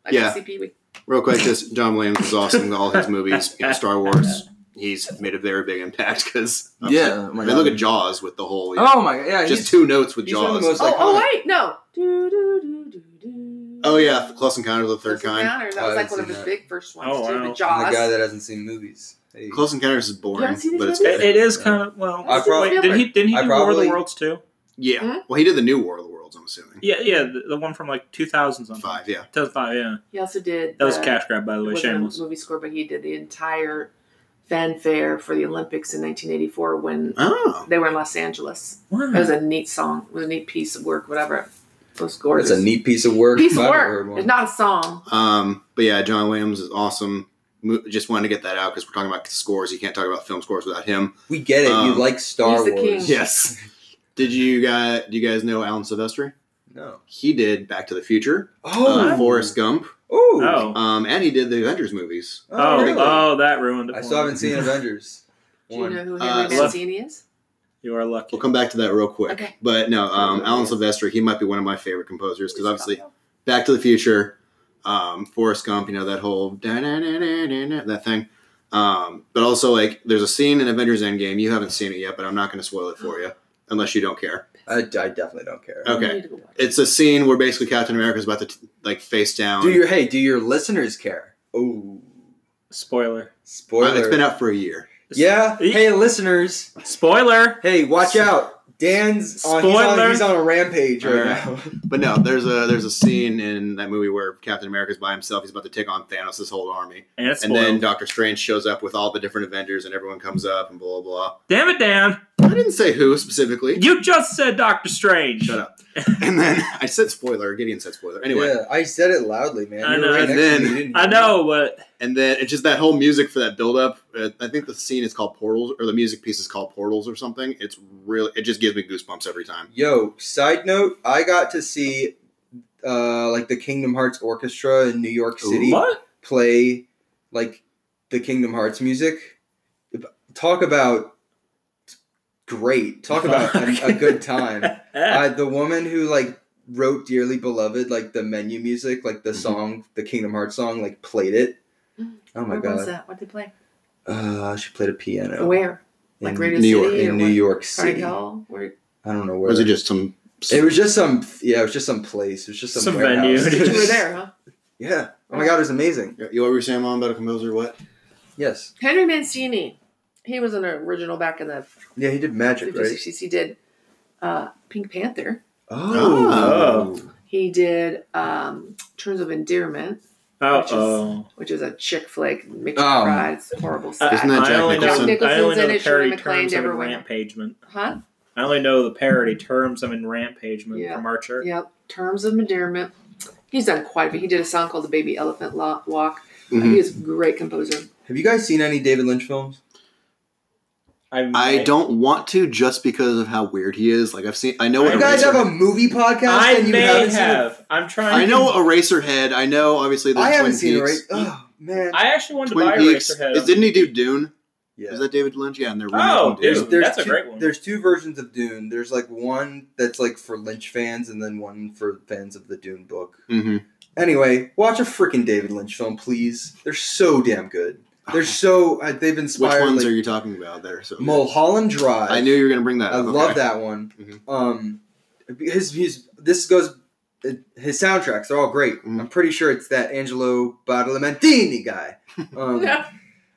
Speaker 4: Like
Speaker 1: yeah.
Speaker 4: CP week.
Speaker 1: Real quick, this John Williams is awesome. All his movies, you know, Star Wars, he's made a very big impact because
Speaker 3: Yeah. oh my
Speaker 1: I mean, look
Speaker 3: God.
Speaker 1: at Jaws with the whole
Speaker 3: Oh, my God. Yeah.
Speaker 1: just
Speaker 3: he's-
Speaker 1: two notes with
Speaker 3: he's one of the
Speaker 1: Jaws.
Speaker 3: most-
Speaker 4: Oh, oh
Speaker 3: iconic.
Speaker 4: wait, no. Do, do, do, do, do.
Speaker 1: oh yeah, Close Encounter of the Third
Speaker 4: Third
Speaker 1: Kind.
Speaker 4: Encounter. That
Speaker 3: Oh, I
Speaker 4: was like
Speaker 3: haven't
Speaker 4: one of
Speaker 3: seen
Speaker 4: his
Speaker 3: that.
Speaker 4: big first ones
Speaker 2: Oh,
Speaker 4: too.
Speaker 2: wow.
Speaker 4: The
Speaker 2: I'm the
Speaker 4: Jaws.
Speaker 3: I'm the guy that hasn't seen movies. Hey.
Speaker 1: Close Encounters is
Speaker 4: You
Speaker 1: boring,
Speaker 4: haven't seen these
Speaker 1: but it's
Speaker 4: movies?
Speaker 1: good.
Speaker 2: It, it is kind of well.
Speaker 3: I prob-
Speaker 2: wait, did he didn't he
Speaker 3: I
Speaker 2: do War of
Speaker 3: probably-
Speaker 2: the Worlds too?
Speaker 1: yeah.
Speaker 4: Hmm?
Speaker 1: Well, he did the new War of the Worlds. I'm assuming
Speaker 2: Yeah, yeah, the, the one from like 2000 something.
Speaker 1: five. Yeah,
Speaker 2: 2005, yeah.
Speaker 4: He also did.
Speaker 2: That was
Speaker 4: the-
Speaker 2: a cash grab, by the
Speaker 4: it
Speaker 2: way.
Speaker 4: wasn't
Speaker 2: Shameless.
Speaker 4: a movie score, but he did the entire fanfare for the Olympics in 1984 when
Speaker 1: oh,
Speaker 4: they were in Los Angeles. It
Speaker 2: Wow.
Speaker 4: was a neat song. It was a neat piece of work. Whatever. It was gorgeous.
Speaker 3: That's a neat piece of work.
Speaker 4: piece of
Speaker 3: I've never
Speaker 4: work.
Speaker 3: heard
Speaker 4: It's
Speaker 3: one.
Speaker 4: not a song.
Speaker 1: um, but yeah, John Williams is awesome. Mo- Just wanted to get that out because we're talking about scores. You can't talk about film scores without him.
Speaker 3: We get it. you
Speaker 1: Um,
Speaker 3: like Star
Speaker 4: He's the
Speaker 3: Wars.
Speaker 4: king.
Speaker 1: Yes. did you guys? Do you guys know Alan Silvestri?
Speaker 3: No.
Speaker 1: He did Back to the Future,
Speaker 3: Oh.
Speaker 1: uh, Forrest Gump,
Speaker 3: Ooh.
Speaker 2: Oh.
Speaker 1: um, and he did the Avengers movies.
Speaker 2: Oh,
Speaker 3: really?
Speaker 2: oh, that ruined it.
Speaker 3: I
Speaker 2: for
Speaker 3: still haven't
Speaker 2: me.
Speaker 3: seen Avengers.
Speaker 4: Do you
Speaker 3: One.
Speaker 4: know who
Speaker 1: Uh,
Speaker 4: Henry
Speaker 2: so-
Speaker 4: Mancini is?
Speaker 2: You are lucky.
Speaker 1: We'll come back to that real quick.
Speaker 4: Okay.
Speaker 1: But no, um, Alan Silvestri, he might be one of my favorite composers because obviously
Speaker 4: Oh,
Speaker 1: Back to the Future, um, Forrest Gump, you know, that whole da-na-na-na-na-na, that thing. Um, but also, like, there's a scene in Avengers Endgame. You haven't seen it yet, but I'm not going to spoil it for you unless you don't care.
Speaker 3: I, I definitely don't care.
Speaker 1: Okay.
Speaker 4: You need to go watch it.
Speaker 1: It's a scene where basically Captain America's about to, t- like, face down.
Speaker 3: Do your hey? Do your listeners care? Oh.
Speaker 2: Spoiler.
Speaker 1: Well,
Speaker 3: Spoiler.
Speaker 1: Uh, It's been out for a year.
Speaker 3: yeah.
Speaker 2: Ye-
Speaker 3: Hey, listeners.
Speaker 2: Spoiler.
Speaker 3: Hey, watch out. Dan's on, he's on.
Speaker 2: Spoiler.
Speaker 3: He's on a rampage right now.
Speaker 1: But no, there's a there's a scene in that movie where Captain America's by himself. He's about to take on Thanos' whole army.
Speaker 2: And it's
Speaker 1: And
Speaker 2: spoiled.
Speaker 1: then Doctor Strange shows up with all the different Avengers and everyone comes up and blah, blah,
Speaker 2: Damn it, Dan!
Speaker 1: blah. I didn't say who specifically.
Speaker 2: You just said Doctor Strange.
Speaker 1: Shut up. And then I said spoiler. Gideon said spoiler. Anyway,
Speaker 3: Yeah, I said it loudly, man.
Speaker 2: I
Speaker 3: You were
Speaker 2: know.
Speaker 3: Right
Speaker 1: And
Speaker 3: next to
Speaker 1: then-
Speaker 3: me. You didn't
Speaker 2: I
Speaker 3: hear me.
Speaker 2: know, but
Speaker 1: and then it's just that whole music for that buildup. Uh, I think the scene is called Portals, or the music piece is called Portals, or something. It's really, it just gives me goosebumps every time.
Speaker 3: Yo, side note, I got to see uh like the Kingdom Hearts Orchestra in New York City
Speaker 2: what?
Speaker 3: play like the Kingdom Hearts music. Talk about great. Talk about a, a good time.
Speaker 2: Eh.
Speaker 3: Uh, the woman who like wrote Dearly Beloved, like the menu music, like the song, the Kingdom Hearts song, like played it. Oh my
Speaker 4: Mm-hmm. Where was
Speaker 3: god.
Speaker 4: that? What did they play?
Speaker 3: Uh, she played a piano.
Speaker 4: Where? Like
Speaker 3: In,
Speaker 4: Radio
Speaker 1: New York.
Speaker 4: City or
Speaker 3: in New
Speaker 4: what?
Speaker 3: York
Speaker 4: Carnegie
Speaker 3: City. I
Speaker 4: Hall? Where?
Speaker 3: don't know
Speaker 1: Or
Speaker 3: where.
Speaker 1: was it just some?
Speaker 3: It was just some, yeah, it was just some place. It was just some,
Speaker 2: Some
Speaker 3: warehouse.
Speaker 2: venue.
Speaker 4: You were there, huh?
Speaker 3: Yeah. Oh my god, it was amazing.
Speaker 1: you always saying, "Mom, about a composer?" What?
Speaker 3: Yes.
Speaker 4: Henry Mancini. He was an original back in the
Speaker 3: Yeah, he did
Speaker 4: 50s,
Speaker 3: magic, right?
Speaker 4: 60s. He did uh, Pink Panther.
Speaker 1: Oh.
Speaker 4: He did um, Terms of Endearment,
Speaker 2: Uh oh.
Speaker 4: which is a chick flick. Make you
Speaker 3: Um,
Speaker 4: cry. It's horrible.
Speaker 2: I,
Speaker 4: Sad.
Speaker 1: Isn't that
Speaker 2: I
Speaker 1: Jack
Speaker 2: only know,
Speaker 1: Nicholson?
Speaker 2: I only
Speaker 4: Nicholson's
Speaker 2: know
Speaker 4: in
Speaker 2: the
Speaker 4: it, Shirley
Speaker 2: parody terms
Speaker 4: MacLaine,
Speaker 2: of
Speaker 4: everywhere.
Speaker 2: rampagement.
Speaker 4: huh?
Speaker 2: I only know the parody terms of in rampagement
Speaker 4: Yeah.
Speaker 2: from Archer.
Speaker 4: Yep. Terms of Endearment. He's done quite a bit. He did a song called The Baby Elephant Lo- Walk.
Speaker 1: Mhm.
Speaker 3: Mm-hmm.
Speaker 4: He is a great composer.
Speaker 3: Have you guys seen any David Lynch films?
Speaker 5: I,
Speaker 1: I don't want to just because of how weird he is. Like I've seen, I know.
Speaker 5: You
Speaker 3: You guys
Speaker 1: Eraser-
Speaker 3: have a movie podcast
Speaker 5: I
Speaker 3: and you
Speaker 5: may
Speaker 3: haven't seen it?
Speaker 5: have. I'm trying.
Speaker 1: I know
Speaker 5: To,
Speaker 1: Eraserhead. I know obviously. The
Speaker 3: I haven't seen it, right?
Speaker 1: Peaks.
Speaker 3: Oh, man.
Speaker 5: I actually wanted
Speaker 1: Twin
Speaker 5: to buy
Speaker 1: Peaks.
Speaker 5: Eraserhead.
Speaker 1: Is- Didn't he do Dune?
Speaker 3: yeah.
Speaker 1: Is that David Lynch? Yeah, and they're
Speaker 5: Oh,
Speaker 1: remaking Dune.
Speaker 5: dude. that's a
Speaker 3: two,
Speaker 5: great one.
Speaker 3: There's two versions of Dune. There's like one that's like for Lynch fans, and then one for fans of the Dune book.
Speaker 1: Mm-hmm.
Speaker 3: Anyway, watch a freaking David Lynch film, please. They're so damn good. They're so uh, they've
Speaker 1: Which
Speaker 3: inspired
Speaker 1: ones
Speaker 3: like
Speaker 1: are you talking about there? So
Speaker 3: Mulholland Drive.
Speaker 1: I knew you were going to bring that.
Speaker 3: I
Speaker 1: up.
Speaker 3: love
Speaker 1: Okay.
Speaker 3: that one.
Speaker 1: Mhm.
Speaker 3: Um, his his this goes his soundtracks are all great.
Speaker 1: Mhm.
Speaker 3: I'm pretty sure it's that Angelo Badalamenti guy. Um,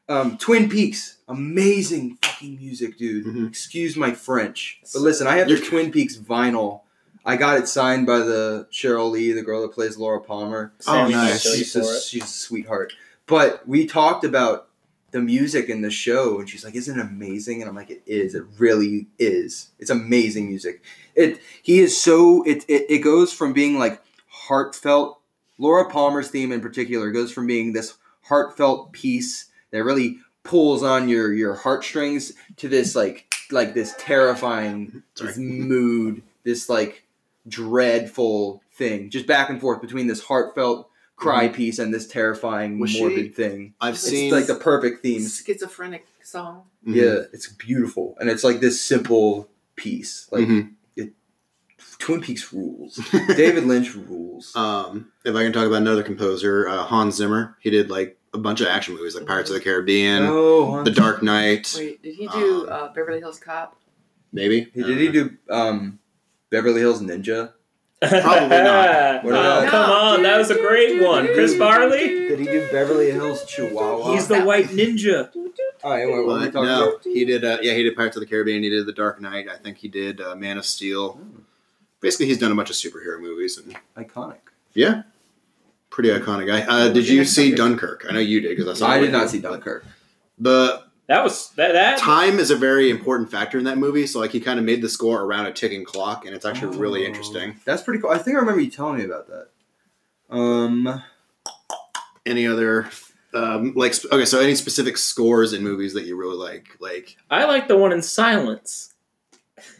Speaker 3: um, Twin Peaks, amazing fucking music, dude.
Speaker 1: Mhm.
Speaker 3: Excuse my French, but listen, I have the
Speaker 1: You're-
Speaker 3: Twin Peaks vinyl. I got it signed by the Cheryl Lee, the girl that plays Laura Palmer.
Speaker 1: Oh,
Speaker 5: Sammy
Speaker 1: nice.
Speaker 5: Silly
Speaker 3: She's
Speaker 5: for
Speaker 3: a,
Speaker 5: it.
Speaker 3: she's a sweetheart. But we talked about the music in the show, and she's like, "Isn't it amazing?" And I'm like, "It is. It really is. It's amazing music. It. He is so. It. It, it goes from being like heartfelt. Laura Palmer's theme in particular goes from being this heartfelt piece that really pulls on your your heartstrings to this like like this terrifying this
Speaker 1: Sorry.
Speaker 3: mood, this like dreadful thing, just back and forth between this heartfelt cry piece and this terrifying
Speaker 1: Mm-hmm. Was she-
Speaker 3: morbid thing.
Speaker 1: I've
Speaker 4: It's
Speaker 1: seen
Speaker 3: It's like the perfect theme.
Speaker 4: Schizophrenic song.
Speaker 1: Mhm.
Speaker 3: Yeah, it's beautiful, and it's like this simple piece. Like
Speaker 1: Mhm.
Speaker 3: Twin Peaks rules. David Lynch rules.
Speaker 1: Mm-hmm. Um, if I can talk about another composer, uh, Hans Zimmer. He did like a bunch of action movies, like Pirates of the Caribbean,
Speaker 3: oh,
Speaker 1: The Dark Knight.
Speaker 4: Wait, did he do
Speaker 3: Ah.
Speaker 1: Um,
Speaker 4: uh, Beverly Hills Cop?
Speaker 1: Maybe
Speaker 3: Hey, did he do um, Beverly Hills Ninja?
Speaker 1: Probably not.
Speaker 5: oh,
Speaker 3: No.
Speaker 5: come on, that was a great one. Chris Farley.
Speaker 3: Uh, Did he do Beverly Hills Chihuahua?
Speaker 5: He's the White Ninja.
Speaker 3: All right, what, what are we
Speaker 1: But
Speaker 3: talking
Speaker 1: no,
Speaker 3: about?
Speaker 1: he did. Uh, yeah, he did Pirates of the Caribbean. He did The Dark Knight. I think he did uh, Man of Steel.
Speaker 3: Hmm.
Speaker 1: Basically, he's done a bunch of superhero movies, and
Speaker 3: Iconic.
Speaker 1: yeah, pretty iconic guy. Uh, did you see Dunkirk? I know you did because I saw. it
Speaker 3: I
Speaker 1: with
Speaker 3: did not
Speaker 1: you.
Speaker 3: see Dunkirk.
Speaker 1: The
Speaker 5: That was that. that
Speaker 1: time is a very important factor in that movie. So like, he kind of made the score around a ticking clock, and it's actually really
Speaker 3: Oh.
Speaker 1: interesting.
Speaker 3: That's pretty cool. I think I remember you telling me about that. Um,
Speaker 1: Any other? Um, like sp- okay, so any specific scores in movies that you really like? Like
Speaker 5: I like the one in silence.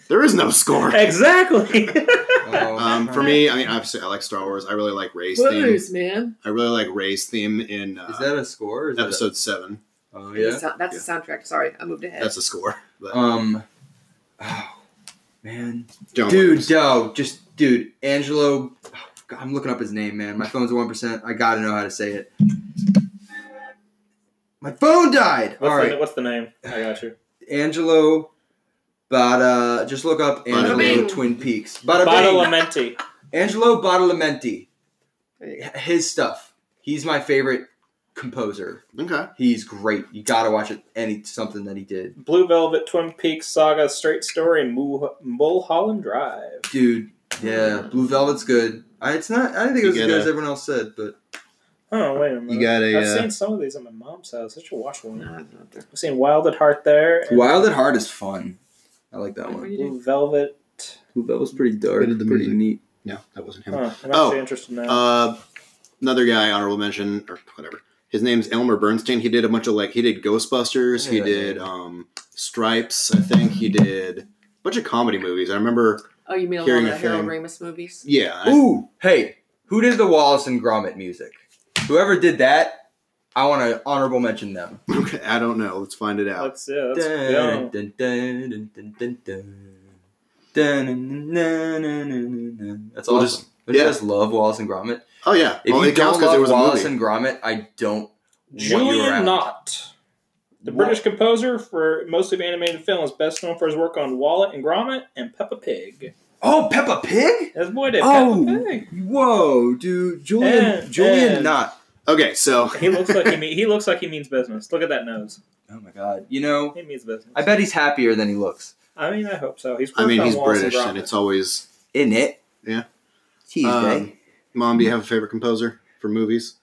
Speaker 1: there is no score.
Speaker 5: Exactly.
Speaker 3: oh,
Speaker 1: Um, for me, I mean, obviously, I like Star Wars. I really like race theme.
Speaker 4: Blues, man.
Speaker 1: I really like race theme in uh,
Speaker 3: is that a score? Or is that a-
Speaker 1: episode seven.
Speaker 3: oh
Speaker 4: It's
Speaker 3: yeah.
Speaker 4: a sou- That's a soundtrack. Sorry, I moved ahead.
Speaker 1: That's a score. But
Speaker 3: Um, oh man,
Speaker 1: John
Speaker 3: dude,
Speaker 1: Williams.
Speaker 3: no, just dude, Angelo. oh, God, I'm looking up his name, man. My phone's one percent. I gotta know how to say it. My phone died.
Speaker 5: What's,
Speaker 3: All
Speaker 5: the,
Speaker 3: right,
Speaker 5: what's the name? I got you.
Speaker 3: Angelo. Bada, just look up
Speaker 1: Bada
Speaker 3: Angelo
Speaker 4: bing.
Speaker 3: Twin Peaks. Bada bing.
Speaker 5: Badalamenti.
Speaker 3: Angelo Badalamenti,
Speaker 4: There you go.
Speaker 3: his stuff. He's my favorite composer.
Speaker 1: Okay.
Speaker 3: He's great. You gotta watch it. Any something that he did,
Speaker 5: Blue Velvet, Twin Peaks, Saga, Straight Story, and Mul- Mulholland Drive.
Speaker 3: dude. Yeah, Blue Velvet's good. I, it's not. I didn't think it
Speaker 1: You
Speaker 3: was as good
Speaker 1: gotta-
Speaker 3: as everyone else said, but
Speaker 5: Oh wait a minute.
Speaker 1: You got a,
Speaker 5: I've
Speaker 1: uh,
Speaker 5: seen some of these at my mom's house. I should watch one.
Speaker 4: No, it's not there.
Speaker 5: I've seen Wild at Heart there. and
Speaker 3: Wild at Heart is fun. I like that
Speaker 4: What do
Speaker 3: one.
Speaker 4: you do?
Speaker 5: Blue Velvet.
Speaker 3: Blue Velvet's pretty dark,
Speaker 1: Bit of the
Speaker 3: pretty
Speaker 1: music.
Speaker 3: neat.
Speaker 1: No, that wasn't him.
Speaker 5: Huh, I'm actually
Speaker 1: Oh,
Speaker 5: interested now.
Speaker 1: Uh, another guy, honorable mention or whatever. His name's Elmer Bernstein. He did a bunch of like he did Ghostbusters. He
Speaker 3: Yeah.
Speaker 1: did um, Stripes. I think he did a bunch of comedy movies. I remember.
Speaker 4: Oh, you mean a lot
Speaker 1: Hearing
Speaker 4: of
Speaker 1: a
Speaker 4: Harold
Speaker 1: thing.
Speaker 4: Ramis movies?
Speaker 1: Yeah. I-
Speaker 3: Ooh, hey, who did the Wallace and Gromit music? Whoever did that, I want to honorable mention them.
Speaker 1: okay. I don't know. Let's find it out.
Speaker 5: Let's, yeah, let's
Speaker 3: Dun,
Speaker 5: go.
Speaker 3: dun, dun, dun, dun, dun, dun. Dun, dun, dun, dun, dun, dun, dun. That's
Speaker 1: We'll
Speaker 3: awesome. Don't
Speaker 1: yeah.
Speaker 3: you guys love Wallace and Gromit?
Speaker 1: Oh yeah.
Speaker 3: If
Speaker 1: well,
Speaker 3: you
Speaker 1: it counts
Speaker 3: don't
Speaker 1: because
Speaker 3: love
Speaker 1: it was
Speaker 3: Wallace
Speaker 1: a movie.
Speaker 3: and Gromit, I don't. want you
Speaker 5: Julian
Speaker 3: around.
Speaker 5: Knott, the
Speaker 3: Wa-
Speaker 5: British composer for mostly animated films, best known for his work on Wallet and Gromit and Peppa Pig.
Speaker 3: Oh, Peppa Pig!
Speaker 5: That's boy did
Speaker 3: Oh.
Speaker 5: Peppa Pig.
Speaker 3: Whoa, dude, Julian,
Speaker 5: And-
Speaker 3: Julian
Speaker 5: and-
Speaker 3: Knott.
Speaker 1: Okay, so
Speaker 5: He looks like he mean, he looks like he means business. Look at that nose.
Speaker 3: Oh my god. You know,
Speaker 5: He means business.
Speaker 3: I bet he's happier than he looks.
Speaker 5: I mean, I hope so. He's.
Speaker 1: I mean
Speaker 5: worked on
Speaker 1: he's
Speaker 5: Wallace
Speaker 1: British,
Speaker 5: Gromit.
Speaker 1: and it's always.
Speaker 3: Isn't it?
Speaker 1: Yeah.
Speaker 3: Tuesday.
Speaker 1: Um, Mom, do you have a favorite composer for movies?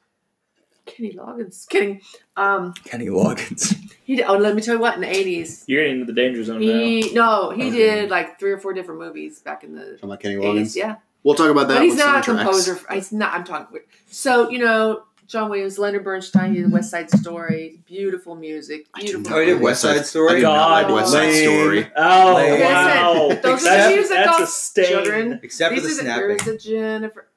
Speaker 4: Kenny Loggins. Kidding. Um,
Speaker 3: Kenny Loggins.
Speaker 4: he did, oh, let me tell you what, in the 80s,
Speaker 5: You're getting into the danger
Speaker 1: Oh,
Speaker 5: zone now.
Speaker 4: he, no, he
Speaker 3: Okay.
Speaker 4: did like three or four different movies back in the
Speaker 1: I'm like Oh, Kenny
Speaker 4: 80s.
Speaker 1: Loggins.
Speaker 4: Yeah.
Speaker 1: We'll talk about that.
Speaker 4: but he's
Speaker 1: with
Speaker 4: not a
Speaker 1: soundtracks.
Speaker 4: composer. He's not. I'm talking. So you know, John Williams, Leonard Bernstein, he did West Side Story, beautiful music,
Speaker 1: I do not
Speaker 4: beautiful.
Speaker 3: Oh, he
Speaker 1: like
Speaker 3: did West Side Story?
Speaker 1: I do not like West Side
Speaker 3: Lame.
Speaker 1: Story.
Speaker 5: Oh
Speaker 3: Like-
Speaker 5: wow!
Speaker 4: Listen, those are
Speaker 5: That's-
Speaker 4: the shoes that
Speaker 5: that's a
Speaker 4: cost
Speaker 5: stain.
Speaker 4: children.
Speaker 3: Except for the
Speaker 4: These are
Speaker 3: snapping.
Speaker 4: there's a Jennifer.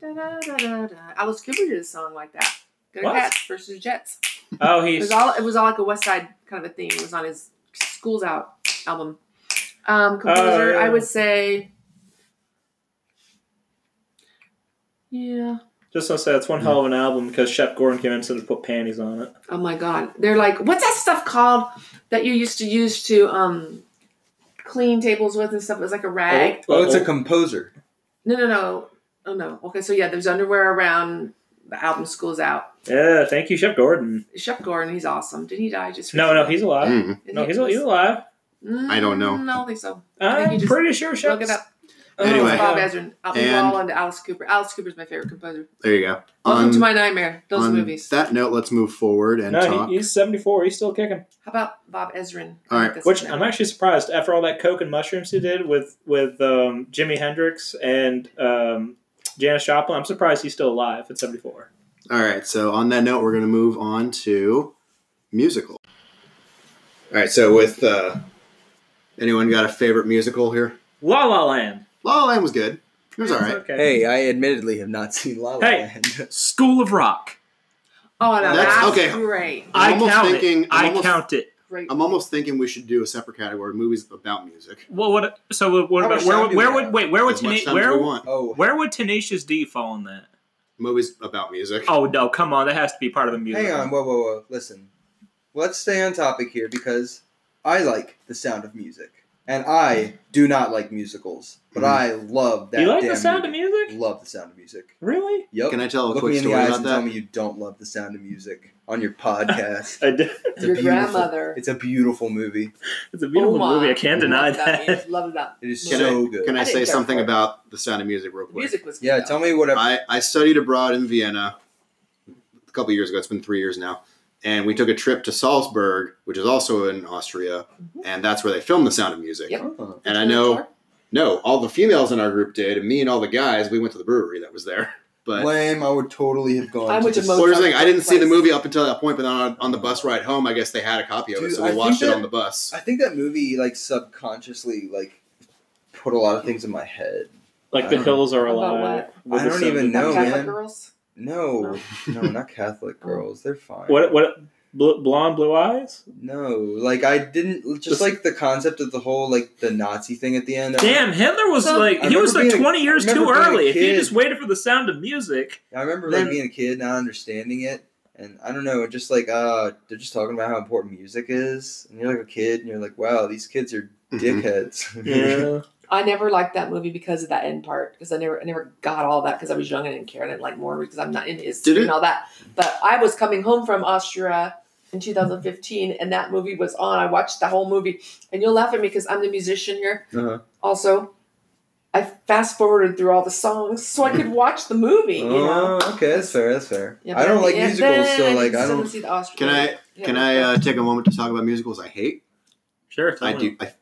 Speaker 4: Da, da, da, da, da. Alice Cooper did a song like that. Gonna
Speaker 5: What?
Speaker 4: Cats versus Jets.
Speaker 5: Oh,
Speaker 4: It was
Speaker 5: he's
Speaker 4: all it was all like a West Side kind of a theme. It was on his School's Out album. Um, composer,
Speaker 5: Oh, yeah.
Speaker 4: I would say. Yeah.
Speaker 5: just gonna say that's one hell of an album because Chef Gordon came in and said to put panties on it.
Speaker 4: Oh my God. They're like, what's that stuff called that you used to use to um clean tables with and stuff? It was like a rag.
Speaker 3: Oh, it's a composer.
Speaker 4: No, no, no. Oh no. Okay, so yeah, there's underwear around. The album School's Out.
Speaker 5: yeah. Thank you, Chef Gordon.
Speaker 4: Shep Gordon, he's awesome. Did he die just?
Speaker 5: No, no, he's alive.
Speaker 1: Mm.
Speaker 4: Is
Speaker 5: No,
Speaker 4: he-
Speaker 5: he's he's alive.
Speaker 4: Mm,
Speaker 1: I don't know.
Speaker 4: I don't think so. I think
Speaker 5: I'm
Speaker 4: you just
Speaker 5: pretty sure Chef.
Speaker 4: Look it up.
Speaker 5: Oh,
Speaker 1: Anyway.
Speaker 4: It's Bob
Speaker 5: yeah.
Speaker 4: Ezrin. I'll move
Speaker 1: And-
Speaker 4: all into Alice Cooper. Alice Cooper's my favorite composer.
Speaker 1: There you go.
Speaker 4: Welcome
Speaker 1: On-
Speaker 4: to my nightmare. Those
Speaker 1: on
Speaker 4: movies.
Speaker 1: that note, let's move forward and
Speaker 5: No,
Speaker 1: talk.
Speaker 5: he, he's 74. He's still kicking.
Speaker 4: How about Bob Ezrin?
Speaker 1: All right.
Speaker 4: That's
Speaker 5: Which
Speaker 4: his
Speaker 5: I'm
Speaker 4: name.
Speaker 5: actually surprised after all that coke and mushrooms he did with with um, Jimi Hendrix and um, Janis Joplin. I'm surprised he's still alive at 74.
Speaker 1: All right. So on that note, we're going to move on to musical. All right. So with uh, anyone got a favorite musical here?
Speaker 5: La La Land.
Speaker 1: La La Land was good. It was all right.
Speaker 5: Okay.
Speaker 3: Hey, I admittedly have not seen La La
Speaker 5: Hey.
Speaker 3: Land.
Speaker 2: School of Rock.
Speaker 4: Oh, no,
Speaker 1: That's-
Speaker 4: that's,
Speaker 1: okay.
Speaker 4: great.
Speaker 1: I'm
Speaker 2: I
Speaker 1: almost
Speaker 2: count
Speaker 1: thinking-
Speaker 2: it.
Speaker 1: I'm
Speaker 2: I
Speaker 1: almost-
Speaker 2: count it.
Speaker 4: Great.
Speaker 1: I'm almost thinking we should do a separate category: movies about music.
Speaker 2: Well, what? So what, what
Speaker 3: How
Speaker 2: about
Speaker 3: much
Speaker 2: where?
Speaker 3: time
Speaker 2: Would,
Speaker 3: do
Speaker 2: where
Speaker 3: we
Speaker 2: would
Speaker 3: have?
Speaker 2: wait? Where would
Speaker 1: as much
Speaker 2: Tena-
Speaker 1: time as we
Speaker 2: where
Speaker 1: want.
Speaker 3: Oh,
Speaker 2: where would Tenacious D fall in that?
Speaker 1: Movies about music.
Speaker 2: Oh no! Come on, that has to be part of a music.
Speaker 3: hang on. Whoa, whoa, whoa. Listen. Let's stay on topic here because I like the sound of music. And I do not like musicals, but
Speaker 1: Mhm.
Speaker 3: I love that.
Speaker 5: Mm-hmm. you like
Speaker 3: damn
Speaker 5: the sound
Speaker 3: movie.
Speaker 5: of music?
Speaker 3: Love the sound of music.
Speaker 5: Really?
Speaker 3: Yep.
Speaker 1: Can I tell a
Speaker 3: Look
Speaker 1: quick
Speaker 3: me in the
Speaker 1: story
Speaker 3: eyes
Speaker 1: about
Speaker 3: and tell
Speaker 1: that?
Speaker 3: me you don't love the sound of music on your podcast.
Speaker 5: I did.
Speaker 3: It's a
Speaker 4: Your
Speaker 3: beautiful-
Speaker 4: grandmother.
Speaker 3: It's a beautiful movie.
Speaker 5: It's a beautiful
Speaker 4: Oh my.
Speaker 5: movie. I can't deny
Speaker 4: Love
Speaker 5: that.
Speaker 4: music. Love that.
Speaker 3: It is
Speaker 1: Can
Speaker 3: so
Speaker 1: I,
Speaker 3: good.
Speaker 1: Can I,
Speaker 4: I
Speaker 1: say
Speaker 4: didn't care
Speaker 1: something
Speaker 4: for it.
Speaker 1: about the sound of music real
Speaker 4: The
Speaker 1: quick?
Speaker 4: music was good.
Speaker 3: yeah,
Speaker 4: though.
Speaker 3: tell me whatever.
Speaker 1: I, I studied abroad in Vienna a couple years ago. It's been three years now. And we took a trip to Salzburg, which is also in Austria, and that's where they filmed The Sound of Music.
Speaker 4: Mm-hmm. Yep.
Speaker 3: Oh.
Speaker 1: And I know, no, all the females in our group did, and me and all the guys, we went to the brewery that was there. But
Speaker 3: Lame, I would totally have gone.
Speaker 4: I
Speaker 3: to
Speaker 4: would
Speaker 3: the-
Speaker 4: have
Speaker 1: well, here's the thing, I didn't see the
Speaker 4: Mozart.
Speaker 1: movie up until that point, but then on, on the bus ride home, I guess they had a copy of it,
Speaker 3: Dude,
Speaker 1: so
Speaker 3: I
Speaker 1: we
Speaker 3: think
Speaker 1: watched it
Speaker 3: that-
Speaker 1: on the bus.
Speaker 3: I think that movie like subconsciously like put a lot of things in my head.
Speaker 5: Like the
Speaker 3: I don't-
Speaker 5: hills are
Speaker 4: About
Speaker 5: alive.
Speaker 3: I don't even
Speaker 4: Like
Speaker 3: No,
Speaker 4: Catholic
Speaker 3: man.
Speaker 4: girls.
Speaker 3: No, no, not Catholic
Speaker 4: Oh.
Speaker 3: girls. They're fine.
Speaker 5: What? What? Bl- blonde blue eyes?
Speaker 3: No, like I didn't just
Speaker 5: Just-
Speaker 3: like the concept of the whole like the Nazi thing at the end.
Speaker 2: Damn, Hitler was
Speaker 4: So-
Speaker 2: like
Speaker 3: I
Speaker 2: he
Speaker 3: remember
Speaker 2: was like
Speaker 3: being a-
Speaker 2: twenty years
Speaker 3: I
Speaker 2: too
Speaker 3: remember being a
Speaker 2: early. If he
Speaker 3: kid.
Speaker 2: just waited for the sound of music,
Speaker 3: I remember like
Speaker 2: Then-
Speaker 3: being a kid, not understanding it, and I don't know, just like uh, they're just talking about how important music is, and you're like a kid, and you're like, wow, these kids are
Speaker 1: Mm-hmm.
Speaker 3: dickheads.
Speaker 5: Yeah.
Speaker 4: I never liked that movie because of that end part because I never I never got all that because I was young and didn't care. I didn't like more because I'm not into history
Speaker 1: Did it-
Speaker 4: and all that. But I was coming home from Austria in 2015 and that movie was on. I watched the whole movie and you'll laugh at me because I'm the musician here.
Speaker 3: Uh-huh.
Speaker 4: Also, I fast forwarded through all the songs so I could watch the movie. You know.
Speaker 3: Oh, okay, that's fair. That's fair.
Speaker 4: Yeah,
Speaker 3: I
Speaker 4: but
Speaker 3: don't like
Speaker 4: yeah,
Speaker 3: musicals,
Speaker 4: then
Speaker 3: so like
Speaker 4: didn't
Speaker 3: I don't.
Speaker 4: see the Austria.
Speaker 1: Can I
Speaker 4: Yeah,
Speaker 1: can
Speaker 4: but-
Speaker 1: I uh, take a moment to talk about musicals I hate?
Speaker 2: sure.
Speaker 1: I do. I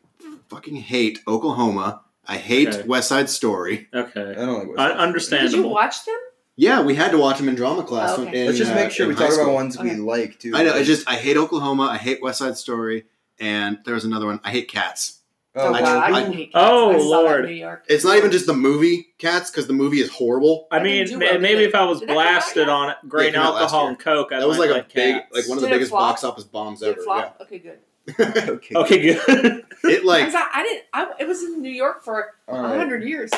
Speaker 1: fucking hate Oklahoma. I hate
Speaker 5: Okay.
Speaker 1: West Side Story.
Speaker 3: I
Speaker 5: Okay.
Speaker 3: don't like. West
Speaker 5: I
Speaker 3: Side Story.
Speaker 5: understand.
Speaker 4: Did you
Speaker 5: Animal.
Speaker 4: watch them?
Speaker 1: Yeah, we had to watch them in drama class.
Speaker 4: Oh, okay.
Speaker 1: in,
Speaker 3: Let's just
Speaker 1: uh,
Speaker 3: make sure
Speaker 1: in
Speaker 3: we
Speaker 1: high
Speaker 3: talk about
Speaker 1: school.
Speaker 3: ones we
Speaker 4: Okay.
Speaker 3: like too.
Speaker 1: I know. I just I hate Oklahoma. I hate West Side Story, and there was another one. I hate Cats.
Speaker 3: Oh,
Speaker 4: God,
Speaker 3: well,
Speaker 1: I-
Speaker 4: I,
Speaker 1: I-
Speaker 4: didn't hate
Speaker 5: Oh,
Speaker 4: Cats. I saw that in
Speaker 5: Lord.
Speaker 4: New York.
Speaker 1: It's not even just the movie Cats because the movie is horrible.
Speaker 5: I
Speaker 4: I
Speaker 5: mean,
Speaker 4: didn't do
Speaker 5: ma-
Speaker 4: well, did
Speaker 5: maybe
Speaker 4: it?
Speaker 5: if I was
Speaker 4: Did that come out
Speaker 5: blasted
Speaker 4: yet?
Speaker 5: on it, grain
Speaker 1: came out last
Speaker 5: alcohol
Speaker 1: year.
Speaker 5: and coke, I
Speaker 1: that was
Speaker 5: might
Speaker 1: like a
Speaker 5: like
Speaker 1: big,
Speaker 5: cats.
Speaker 1: like one of the
Speaker 4: Did it
Speaker 1: biggest
Speaker 4: flop?
Speaker 1: box office bombs
Speaker 4: Did it
Speaker 1: ever.
Speaker 4: flop? Okay, good.
Speaker 1: Yeah.
Speaker 3: okay.
Speaker 5: Okay, good.
Speaker 1: it
Speaker 4: Like,
Speaker 1: like
Speaker 4: I didn't. I, it was in New York for
Speaker 3: All
Speaker 4: A
Speaker 3: right.
Speaker 4: hundred years.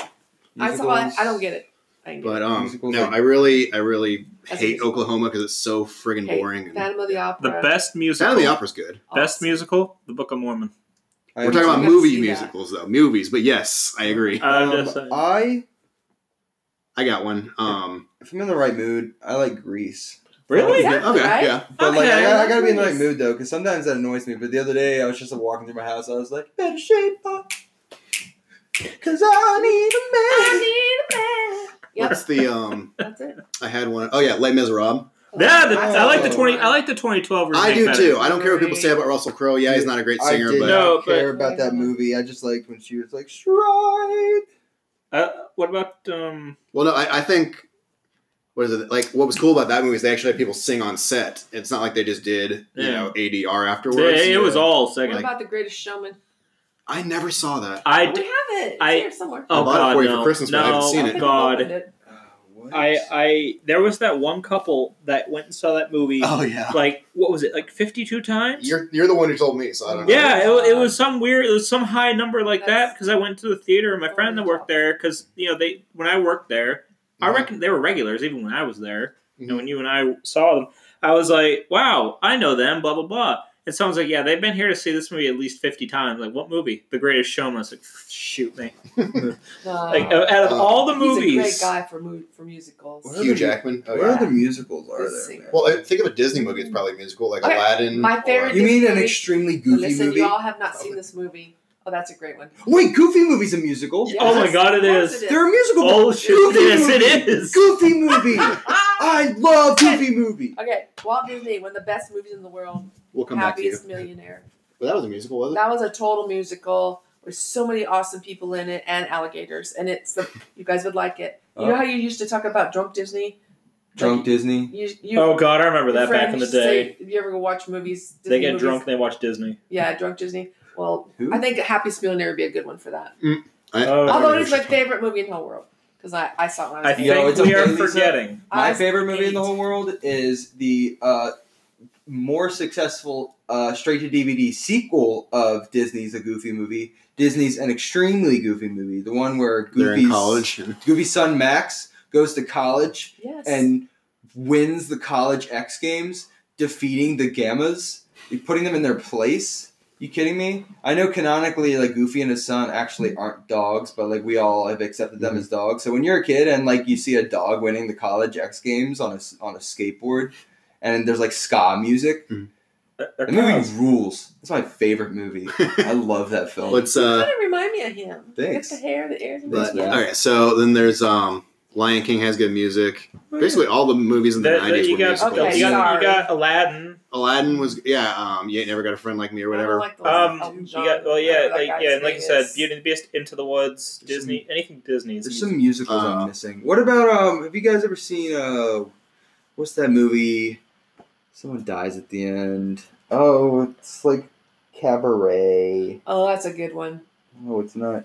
Speaker 4: I saw it. I don't get it. I didn't
Speaker 1: But um,
Speaker 3: Musicals
Speaker 1: no,
Speaker 3: are-
Speaker 1: I really, I really
Speaker 4: That's
Speaker 1: hate
Speaker 4: musical.
Speaker 1: Oklahoma because it's so friggin'
Speaker 4: get it.
Speaker 1: boring.
Speaker 4: Hey,
Speaker 1: And
Speaker 4: Phantom of the Opera.
Speaker 2: The best musical.
Speaker 1: Sound of the Opera's good.
Speaker 2: Best musical, The Book of Mormon.
Speaker 3: I
Speaker 1: We're talking about
Speaker 4: haven't
Speaker 1: movie
Speaker 4: seen that. Uh,
Speaker 1: musicals though, movies. But yes, I agree.
Speaker 5: I'm
Speaker 3: Um,
Speaker 5: just saying.
Speaker 3: I
Speaker 1: I got one. Um,
Speaker 3: if I'm in the right mood, I like Grease.
Speaker 5: really?
Speaker 4: Yeah.
Speaker 1: okay,
Speaker 4: Right?
Speaker 1: yeah.
Speaker 3: But like I,
Speaker 2: Okay.
Speaker 3: gotta- I gotta be in the right
Speaker 4: Grease.
Speaker 3: mood though, because sometimes that annoys me. But the other day I was just walking through my house, I was like, better shape up. Cause I
Speaker 4: I need a man. Yep,
Speaker 1: What's the um?
Speaker 4: that's it.
Speaker 1: I had one. Oh yeah, Les Miserables.
Speaker 2: Yeah, the, I like the
Speaker 3: Oh.
Speaker 2: twenty. I like the twenty twelve.
Speaker 1: I do too. I don't care what people say about Russell Crowe. Yeah, he's not a great
Speaker 3: need a man.
Speaker 1: singer,
Speaker 3: I did
Speaker 1: but
Speaker 5: No,
Speaker 3: not care
Speaker 4: but-
Speaker 3: about that movie. I just liked when she was like, Shrine.
Speaker 5: Uh, what about um?
Speaker 1: well, no, I, I think what is it like? What was cool about that movie is they actually had people sing on set. It's not like they just did you
Speaker 2: Yeah.
Speaker 1: know ADR afterwards.
Speaker 2: It, it was all
Speaker 4: What
Speaker 2: second.
Speaker 4: about the Greatest Showman?
Speaker 1: I never saw that.
Speaker 2: I
Speaker 4: we
Speaker 2: d-
Speaker 4: have it. It's
Speaker 2: I-
Speaker 4: here somewhere.
Speaker 1: I
Speaker 2: oh
Speaker 1: bought it
Speaker 2: god,
Speaker 1: for you for
Speaker 2: no.
Speaker 1: Christmas, but I haven't
Speaker 2: No,
Speaker 1: seen
Speaker 4: I
Speaker 1: it.
Speaker 4: think I've
Speaker 2: God.
Speaker 4: opened it.
Speaker 3: Oh, what?
Speaker 5: oh, I,
Speaker 1: Oh,
Speaker 5: I, there was that one couple that went and saw that movie.
Speaker 3: Oh,
Speaker 1: yeah,
Speaker 5: Like what was it? Like fifty-two times.
Speaker 1: Oh, you're you're the one who told me, so I don't know.
Speaker 5: yeah, it, wa- it was some weird, it was some high number like that
Speaker 4: That's-
Speaker 5: because I went to the theater and my friend that worked there because you know they when I worked there, I
Speaker 1: Mhm.
Speaker 5: reckon they were regulars even when I was there. You know,
Speaker 1: Mhm.
Speaker 5: when you and I saw them, I was like, "Wow, I know them." Blah blah blah. And someone's like, "Yeah, they've been here to see this movie at least fifty times." Like, what movie? The Greatest Showman. I was like, "Shoot me!"
Speaker 4: No.
Speaker 5: Like, out of
Speaker 1: Uh,
Speaker 5: all the
Speaker 4: He's a
Speaker 5: movies,
Speaker 4: great guy for mu- for musicals.
Speaker 3: What?
Speaker 1: Hugh Jackman. Oh,
Speaker 3: what
Speaker 1: yeah.
Speaker 3: other musicals are
Speaker 4: Let's see.
Speaker 3: there? man?
Speaker 1: Well, I think of a Disney movie. It's probably a musical, like
Speaker 4: Okay,
Speaker 1: Aladdin.
Speaker 4: my favorite-
Speaker 1: Or,
Speaker 3: you mean an
Speaker 4: Disney-
Speaker 3: extremely
Speaker 4: But
Speaker 3: goofy
Speaker 4: Listen,
Speaker 3: movie?
Speaker 4: you all have not seen this movie. Oh, that's a great one.
Speaker 3: Wait, Goofy movie's a musical.
Speaker 4: Yes,
Speaker 5: Oh my God, it
Speaker 4: of course
Speaker 5: is.
Speaker 3: They're a musical.
Speaker 5: oh shoot,
Speaker 3: Goofy
Speaker 5: yes,
Speaker 3: movie.
Speaker 5: it is.
Speaker 3: Goofy movie.
Speaker 4: Ah!
Speaker 3: I love Goofy movie.
Speaker 4: okay, Walt Disney, one of the best movies in the world,
Speaker 1: we'll come back to you.
Speaker 4: Happiest Millionaire.
Speaker 1: But that was a musical, wasn't it?
Speaker 4: That was a total musical with so many awesome people in it and alligators, and it's the you guys would like it. You know
Speaker 3: Oh.
Speaker 4: how you used to talk about drunk Disney?
Speaker 3: Drunk Disney.
Speaker 4: You, you,
Speaker 5: Oh god, I remember
Speaker 4: your
Speaker 5: that
Speaker 4: friend
Speaker 5: back in the
Speaker 4: used to
Speaker 5: day.
Speaker 4: say, if you ever go watch movies, Disney
Speaker 5: They get
Speaker 4: movies-
Speaker 5: drunk and they watch Disney.
Speaker 4: Yeah, drunk Disney. Well,
Speaker 3: Who?
Speaker 4: I think Happiest Millionaire would be a good one for that.
Speaker 1: I-
Speaker 5: Oh,
Speaker 4: Although
Speaker 5: yeah.
Speaker 4: it's my favorite movie in the whole world because I, I saw it
Speaker 1: Uh,
Speaker 4: when I was
Speaker 5: I
Speaker 4: a kid.
Speaker 5: think
Speaker 3: Yo, it's
Speaker 5: we
Speaker 3: okay,
Speaker 5: are
Speaker 3: Lisa.
Speaker 5: forgetting.
Speaker 4: I
Speaker 3: My
Speaker 4: was
Speaker 3: favorite movie in the
Speaker 4: eight.
Speaker 3: whole world is the uh, more successful uh, straight to DVD sequel of Disney's A Goofy Movie, Disney's An Extremely Goofy Movie, the one where
Speaker 1: They're
Speaker 3: Goofy's,
Speaker 1: in college.
Speaker 3: Goofy's son Max goes to college
Speaker 4: Yes.
Speaker 3: and wins the college X Games, defeating the Gammas, putting them in their place. You kidding me? I know canonically, like Goofy and his son actually aren't dogs, but like we all have accepted them
Speaker 1: Mhm.
Speaker 3: as dogs. So when you're a kid and like you see a dog winning the college X Games on a s- on a skateboard, and there's like ska music, the movie rules. It's my favorite movie. I love that film.
Speaker 1: Let's
Speaker 4: You
Speaker 1: uh.
Speaker 4: kind of remind me of him.
Speaker 3: Thanks.
Speaker 4: Get the hair, the ears. and
Speaker 3: Thanks,
Speaker 1: But,
Speaker 4: the
Speaker 3: man.
Speaker 1: All right. So then there's um. Lion King has good music. Basically, all the movies in the
Speaker 5: Oh, There- there
Speaker 1: '90s
Speaker 5: you,
Speaker 1: were
Speaker 5: got,
Speaker 1: musicals.
Speaker 4: Okay,
Speaker 5: you, got, you
Speaker 4: sorry.
Speaker 5: got Aladdin.
Speaker 1: Aladdin was yeah. Um, you ain't never got a friend like me or
Speaker 4: I don't
Speaker 1: whatever.
Speaker 4: Oh, like the
Speaker 5: Um,
Speaker 4: Elton
Speaker 5: you
Speaker 4: John.
Speaker 5: got well, yeah,
Speaker 4: That
Speaker 5: like
Speaker 4: guy's
Speaker 5: yeah, and like you
Speaker 4: name
Speaker 5: said,
Speaker 4: is-
Speaker 5: Beauty and the Beast, Into the Woods,
Speaker 3: There's
Speaker 5: Disney, anything Disney is
Speaker 3: There's
Speaker 5: easy.
Speaker 3: some musicals
Speaker 1: Uh,
Speaker 3: I'm missing. What about um? Have you guys ever seen uh? What's that movie? Someone dies at the end. Oh, it's like Cabaret.
Speaker 4: Oh, that's a good one.
Speaker 3: No, it's not.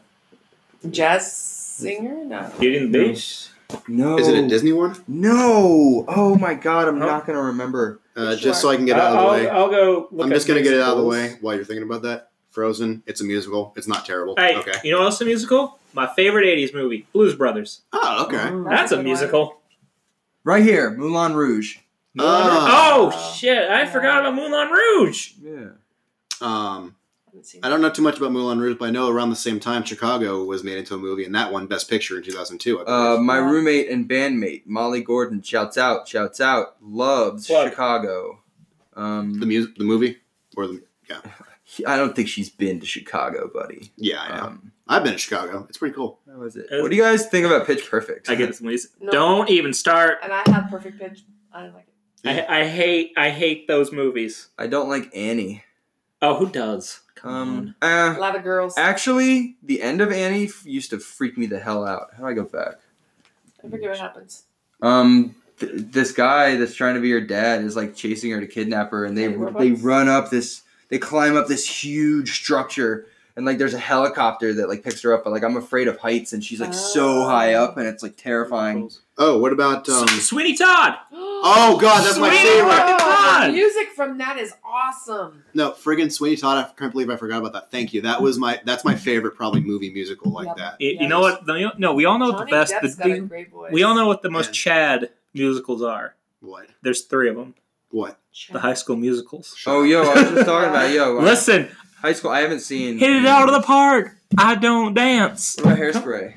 Speaker 4: Jazz singer? No.
Speaker 5: Beauty and the Beast.
Speaker 3: No.
Speaker 1: Is it a Disney one?
Speaker 3: No. Oh my God, I'm
Speaker 5: Oh.
Speaker 3: not gonna remember.
Speaker 1: Uh,
Speaker 4: Sure.
Speaker 1: just so I can get it out of the
Speaker 5: I'll,
Speaker 1: way.
Speaker 5: I'll go. Look
Speaker 1: I'm
Speaker 5: at
Speaker 1: just gonna get it out of the way
Speaker 5: musicals.
Speaker 1: while you're thinking about that. Frozen. It's a musical. It's not terrible.
Speaker 5: Hey,
Speaker 1: Okay.
Speaker 5: you know what else a musical? My favorite '80s movie, Blues Brothers.
Speaker 1: Oh, okay.
Speaker 5: That's,
Speaker 4: That's a
Speaker 5: a
Speaker 4: good
Speaker 5: musical.
Speaker 3: Right here, Moulin Rouge.
Speaker 1: Ah.
Speaker 5: oh shit! I forgot about Moulin Rouge.
Speaker 3: Yeah.
Speaker 1: Um,
Speaker 4: I haven't seen
Speaker 1: I don't know too much about Moulin Rouge, but I know around the same time Chicago was made into a movie, and that won Best Picture in 2002. I
Speaker 3: Uh,
Speaker 1: believe.
Speaker 3: my
Speaker 4: Yeah.
Speaker 3: roommate and bandmate Molly Gordon shouts out, shouts out, loves
Speaker 5: Plug.
Speaker 3: Chicago. Um,
Speaker 1: the music, the movie, or the
Speaker 3: I don't think she's been to Chicago, buddy.
Speaker 1: yeah, I know.
Speaker 4: Uh.
Speaker 3: Um,
Speaker 1: I've been to Chicago. It's pretty cool.
Speaker 3: How was it?
Speaker 5: Uh,
Speaker 3: What do you guys think about Pitch Perfect?
Speaker 5: I get this, Lisa.
Speaker 4: No.
Speaker 5: Don't even start.
Speaker 4: And I have perfect pitch. I don't like it.
Speaker 5: I, I hate. I hate those movies.
Speaker 3: I don't like Annie.
Speaker 5: Oh, who does? Come on.
Speaker 3: Um,
Speaker 4: A
Speaker 5: Mm-hmm.
Speaker 3: uh,
Speaker 4: lot of girls. I
Speaker 3: actually, the end of Annie f- used to freak me the hell out. How do I go back?
Speaker 4: forget what happens.
Speaker 3: Um, th- this guy that's trying to be her dad is like chasing her to kidnap her, and they
Speaker 4: Hey, robots.
Speaker 3: they run up this, they climb up this huge structure, and like there's a helicopter that like picks her up, but like I'm afraid of heights, and she's like so
Speaker 4: Oh.
Speaker 3: high up, and it's like terrifying.
Speaker 1: Oh, what about um?
Speaker 5: S- Sweeney Todd.
Speaker 1: Oh God, that's my
Speaker 5: Sweet
Speaker 1: favorite.
Speaker 5: Lord.
Speaker 4: Oh,
Speaker 5: God.
Speaker 4: the music from that is awesome.
Speaker 1: No, friggin' Sweeney Todd. I can't believe I forgot about that. Thank you. That was my. That's my favorite probably movie musical like
Speaker 4: Yep.
Speaker 1: that.
Speaker 5: It-
Speaker 4: Yes.
Speaker 5: You know what? the- No, we all know
Speaker 4: Johnny
Speaker 5: the best.
Speaker 4: Depp's
Speaker 5: the
Speaker 4: got a
Speaker 5: big-
Speaker 4: great voice.
Speaker 5: we all know what the most
Speaker 1: Yeah.
Speaker 5: Chad musicals are.
Speaker 1: What?
Speaker 5: There's three of them.
Speaker 1: What?
Speaker 5: The High School Musicals.
Speaker 3: Oh yo, I was just talking about yo uh,
Speaker 5: Listen,
Speaker 3: high school. I haven't seen
Speaker 5: hit it out of the park. I don't dance.
Speaker 3: What about hairspray?